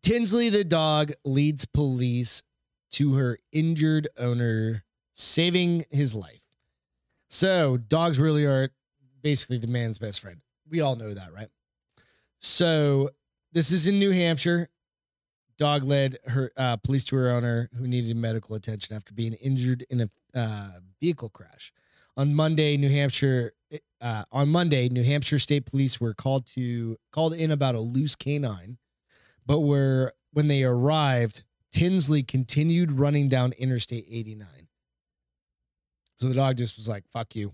B: Tinsley the dog leads police to her injured owner, saving his life. So, dogs really are basically the man's best friend. We all know that, right? So, this is in New Hampshire. Dog led her uh, police to her owner who needed medical attention after being injured in a uh, vehicle crash. On Monday, New Hampshire uh, on Monday, New Hampshire State Police were called to called in about a loose canine but were when they arrived, Tinsley continued running down Interstate 89. So the dog just was like, "Fuck you."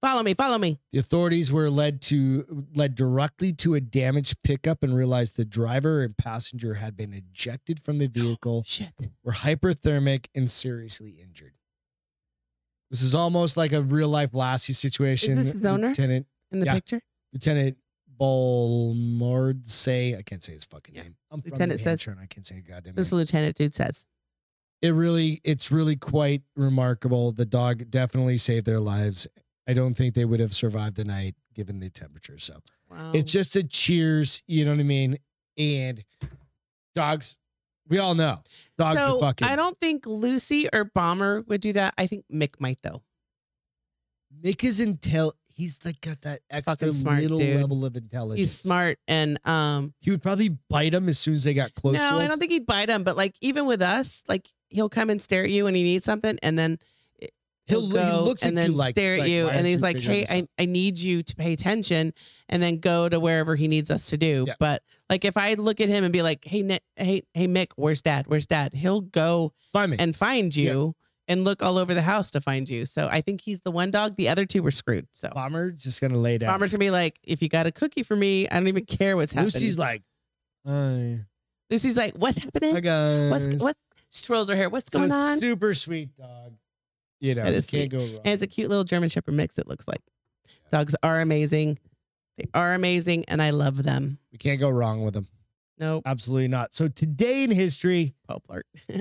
A: Follow me. Follow me.
B: The authorities were led to led directly to a damaged pickup and realized the driver and passenger had been ejected from the vehicle,
A: <gasps> Shit.
B: were hyperthermic and seriously injured. This is almost like a real life Lassie situation.
A: Is this his owner?
B: Lieutenant
A: In the
B: Yeah.
A: picture,
B: Lieutenant Balmard say I can't say his fucking
A: Yeah.
B: name. I'm from
A: Lieutenant
B: New
A: says-
B: Hampshire and I can't say a goddamn. name.
A: this lieutenant dude says,
B: it really it's really quite remarkable the dog definitely saved their lives i don't think they would have survived the night given the temperature so
A: wow.
B: it's just a cheers you know what i mean and dogs we all know dogs
A: so
B: are fucking
A: I don't think Lucy or Bomber would do that. I think Mick might though.
B: nick is intel he's like got that extra
A: Fucking smart,
B: little
A: dude.
B: level of intelligence
A: He's smart and um.
B: he would probably bite him as soon as they got close to
A: no,
B: us.
A: I don't think he'd bite him. But like even with us, like he'll come and stare at you when he needs something, and then
B: he'll,
A: go
B: he looks
A: and
B: at
A: then
B: you like
A: stare at
B: like,
A: you,
B: why
A: and
B: aren't
A: he's
B: you
A: like,
B: figuring
A: "Hey,
B: this out?"
A: I, I need you to pay attention," and then go to wherever he needs us to do.
B: Yeah.
A: But like if I look at him and be like, "Hey, Nick, hey, hey, Mick, where's Dad? Where's Dad?" He'll go
B: find me
A: and find you and look all over the house to find you. So I think he's the one dog. The other two were screwed. So
B: bomber just gonna lay down
A: Bomber's gonna be like, "If you got a cookie for me, I don't even care what's happening."
B: lucy's like hi
A: Lucy's like, "What's happening?
B: hi guys
A: What's what?" She twirls her hair. What's
B: So
A: going on?
B: Super sweet dog. You know,
A: That
B: you
A: is
B: can't go wrong.
A: And it's a cute little German Shepherd mix, it looks like. Dogs are amazing. They are amazing, and I love them.
B: we can't go wrong with them.
A: Nope.
B: Absolutely not. So today in history,
A: Poplar. <laughs>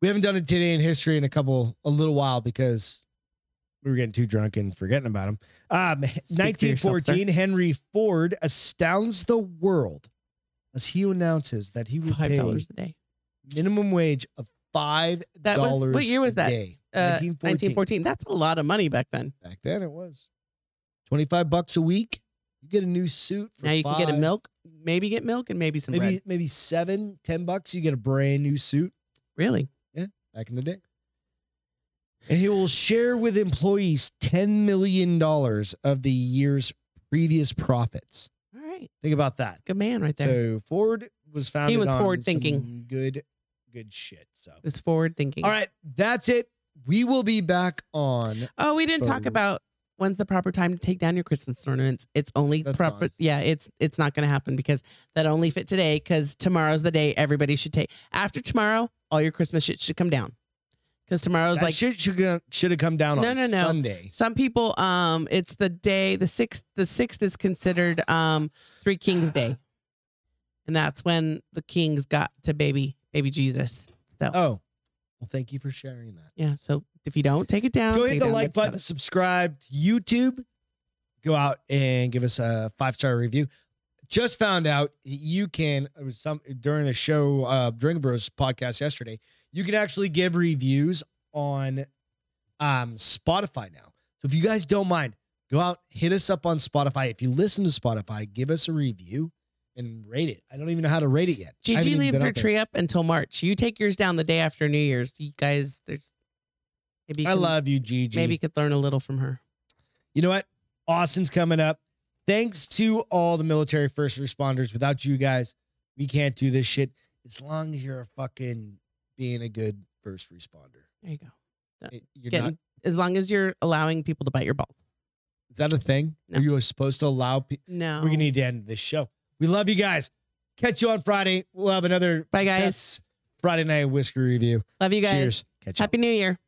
B: we haven't done it today in history in a couple, a little while because we were getting too drunk and forgetting about them. Um,
A: for yourself, sir.
B: 1914, Henry Ford astounds the world as he announces that he would
A: Five
B: pay
A: dollars a day.
B: minimum wage of five
A: That was-
B: dollars.
A: what year was
B: a
A: that?
B: Day.
A: Uh,
B: 1914.
A: 1914. That's a lot of money back then.
B: Back then, it was twenty-five bucks a week. You get a new suit for
A: now you can get a
B: five,
A: milk, maybe get milk and maybe some
B: Maybe
A: bread.
B: maybe seven, ten bucks. You get a brand new suit
A: Really?
B: back in the day. And he will share with employees ten million dollars of the year's previous profits.
A: All right.
B: Think about that.
A: Good man right there.
B: So Ford was founded.
A: was
B: on
A: forward
B: some
A: thinking.
B: Good, good shit. So
A: it was forward thinking.
B: all right, that's it. We will be back on.
A: Oh, we didn't talk
B: Forward.
A: about when's the proper time to take down your Christmas ornaments. It's only
B: That's
A: proper.
B: gone.
A: Yeah, it's it's not going to happen because that only fit today. Because tomorrow's the day everybody should take. After tomorrow, all your Christmas shit should come down. Because tomorrow's
B: That
A: like
B: shit should go- should have come down
A: No,
B: on
A: no, no.
B: Sunday.
A: some people. Um, it's the day the sixth. The sixth is considered um Three Kings Day, and that's when the kings got to baby baby Jesus. So
B: Oh, well, thank you for sharing that.
A: yeah. So if you don't take it down,
B: Go
A: take
B: hit
A: it
B: the
A: down.
B: like
A: It's not-
B: button, subscribe to YouTube, go out and give us a five star review. Just found out that you can it was some during the show uh Drink Bros podcast yesterday, you can actually give reviews on um Spotify now. So if you guys don't mind, go out, hit us up on Spotify. If you listen to Spotify, give us a review and rate it. I don't even know how to rate it yet. I haven't
A: Gigi
B: even
A: leaves
B: been
A: her
B: out there.
A: tree up until March. You take yours down the day after New Year's. You guys, there's maybe you
B: I
A: can-
B: love you, Gigi.
A: maybe you could learn a little from her.
B: You know what? Austin's coming up. Thanks to all the military first responders. Without you guys, we can't do this shit. As long as you're a fucking being a good first responder,
A: There you go.
B: It- you're
A: Getting-
B: not.
A: as long as you're allowing people to bite your balls.
B: Is that a thing?
A: No.
B: Are you supposed to allow? Pe-
A: No.
B: We're gonna need to end this show. We love you guys. Catch you on Friday. We'll have another
A: Bye guys.
B: Beth's Friday night whiskey review.
A: Love you guys.
B: Cheers. Catch you.
A: Happy New Year.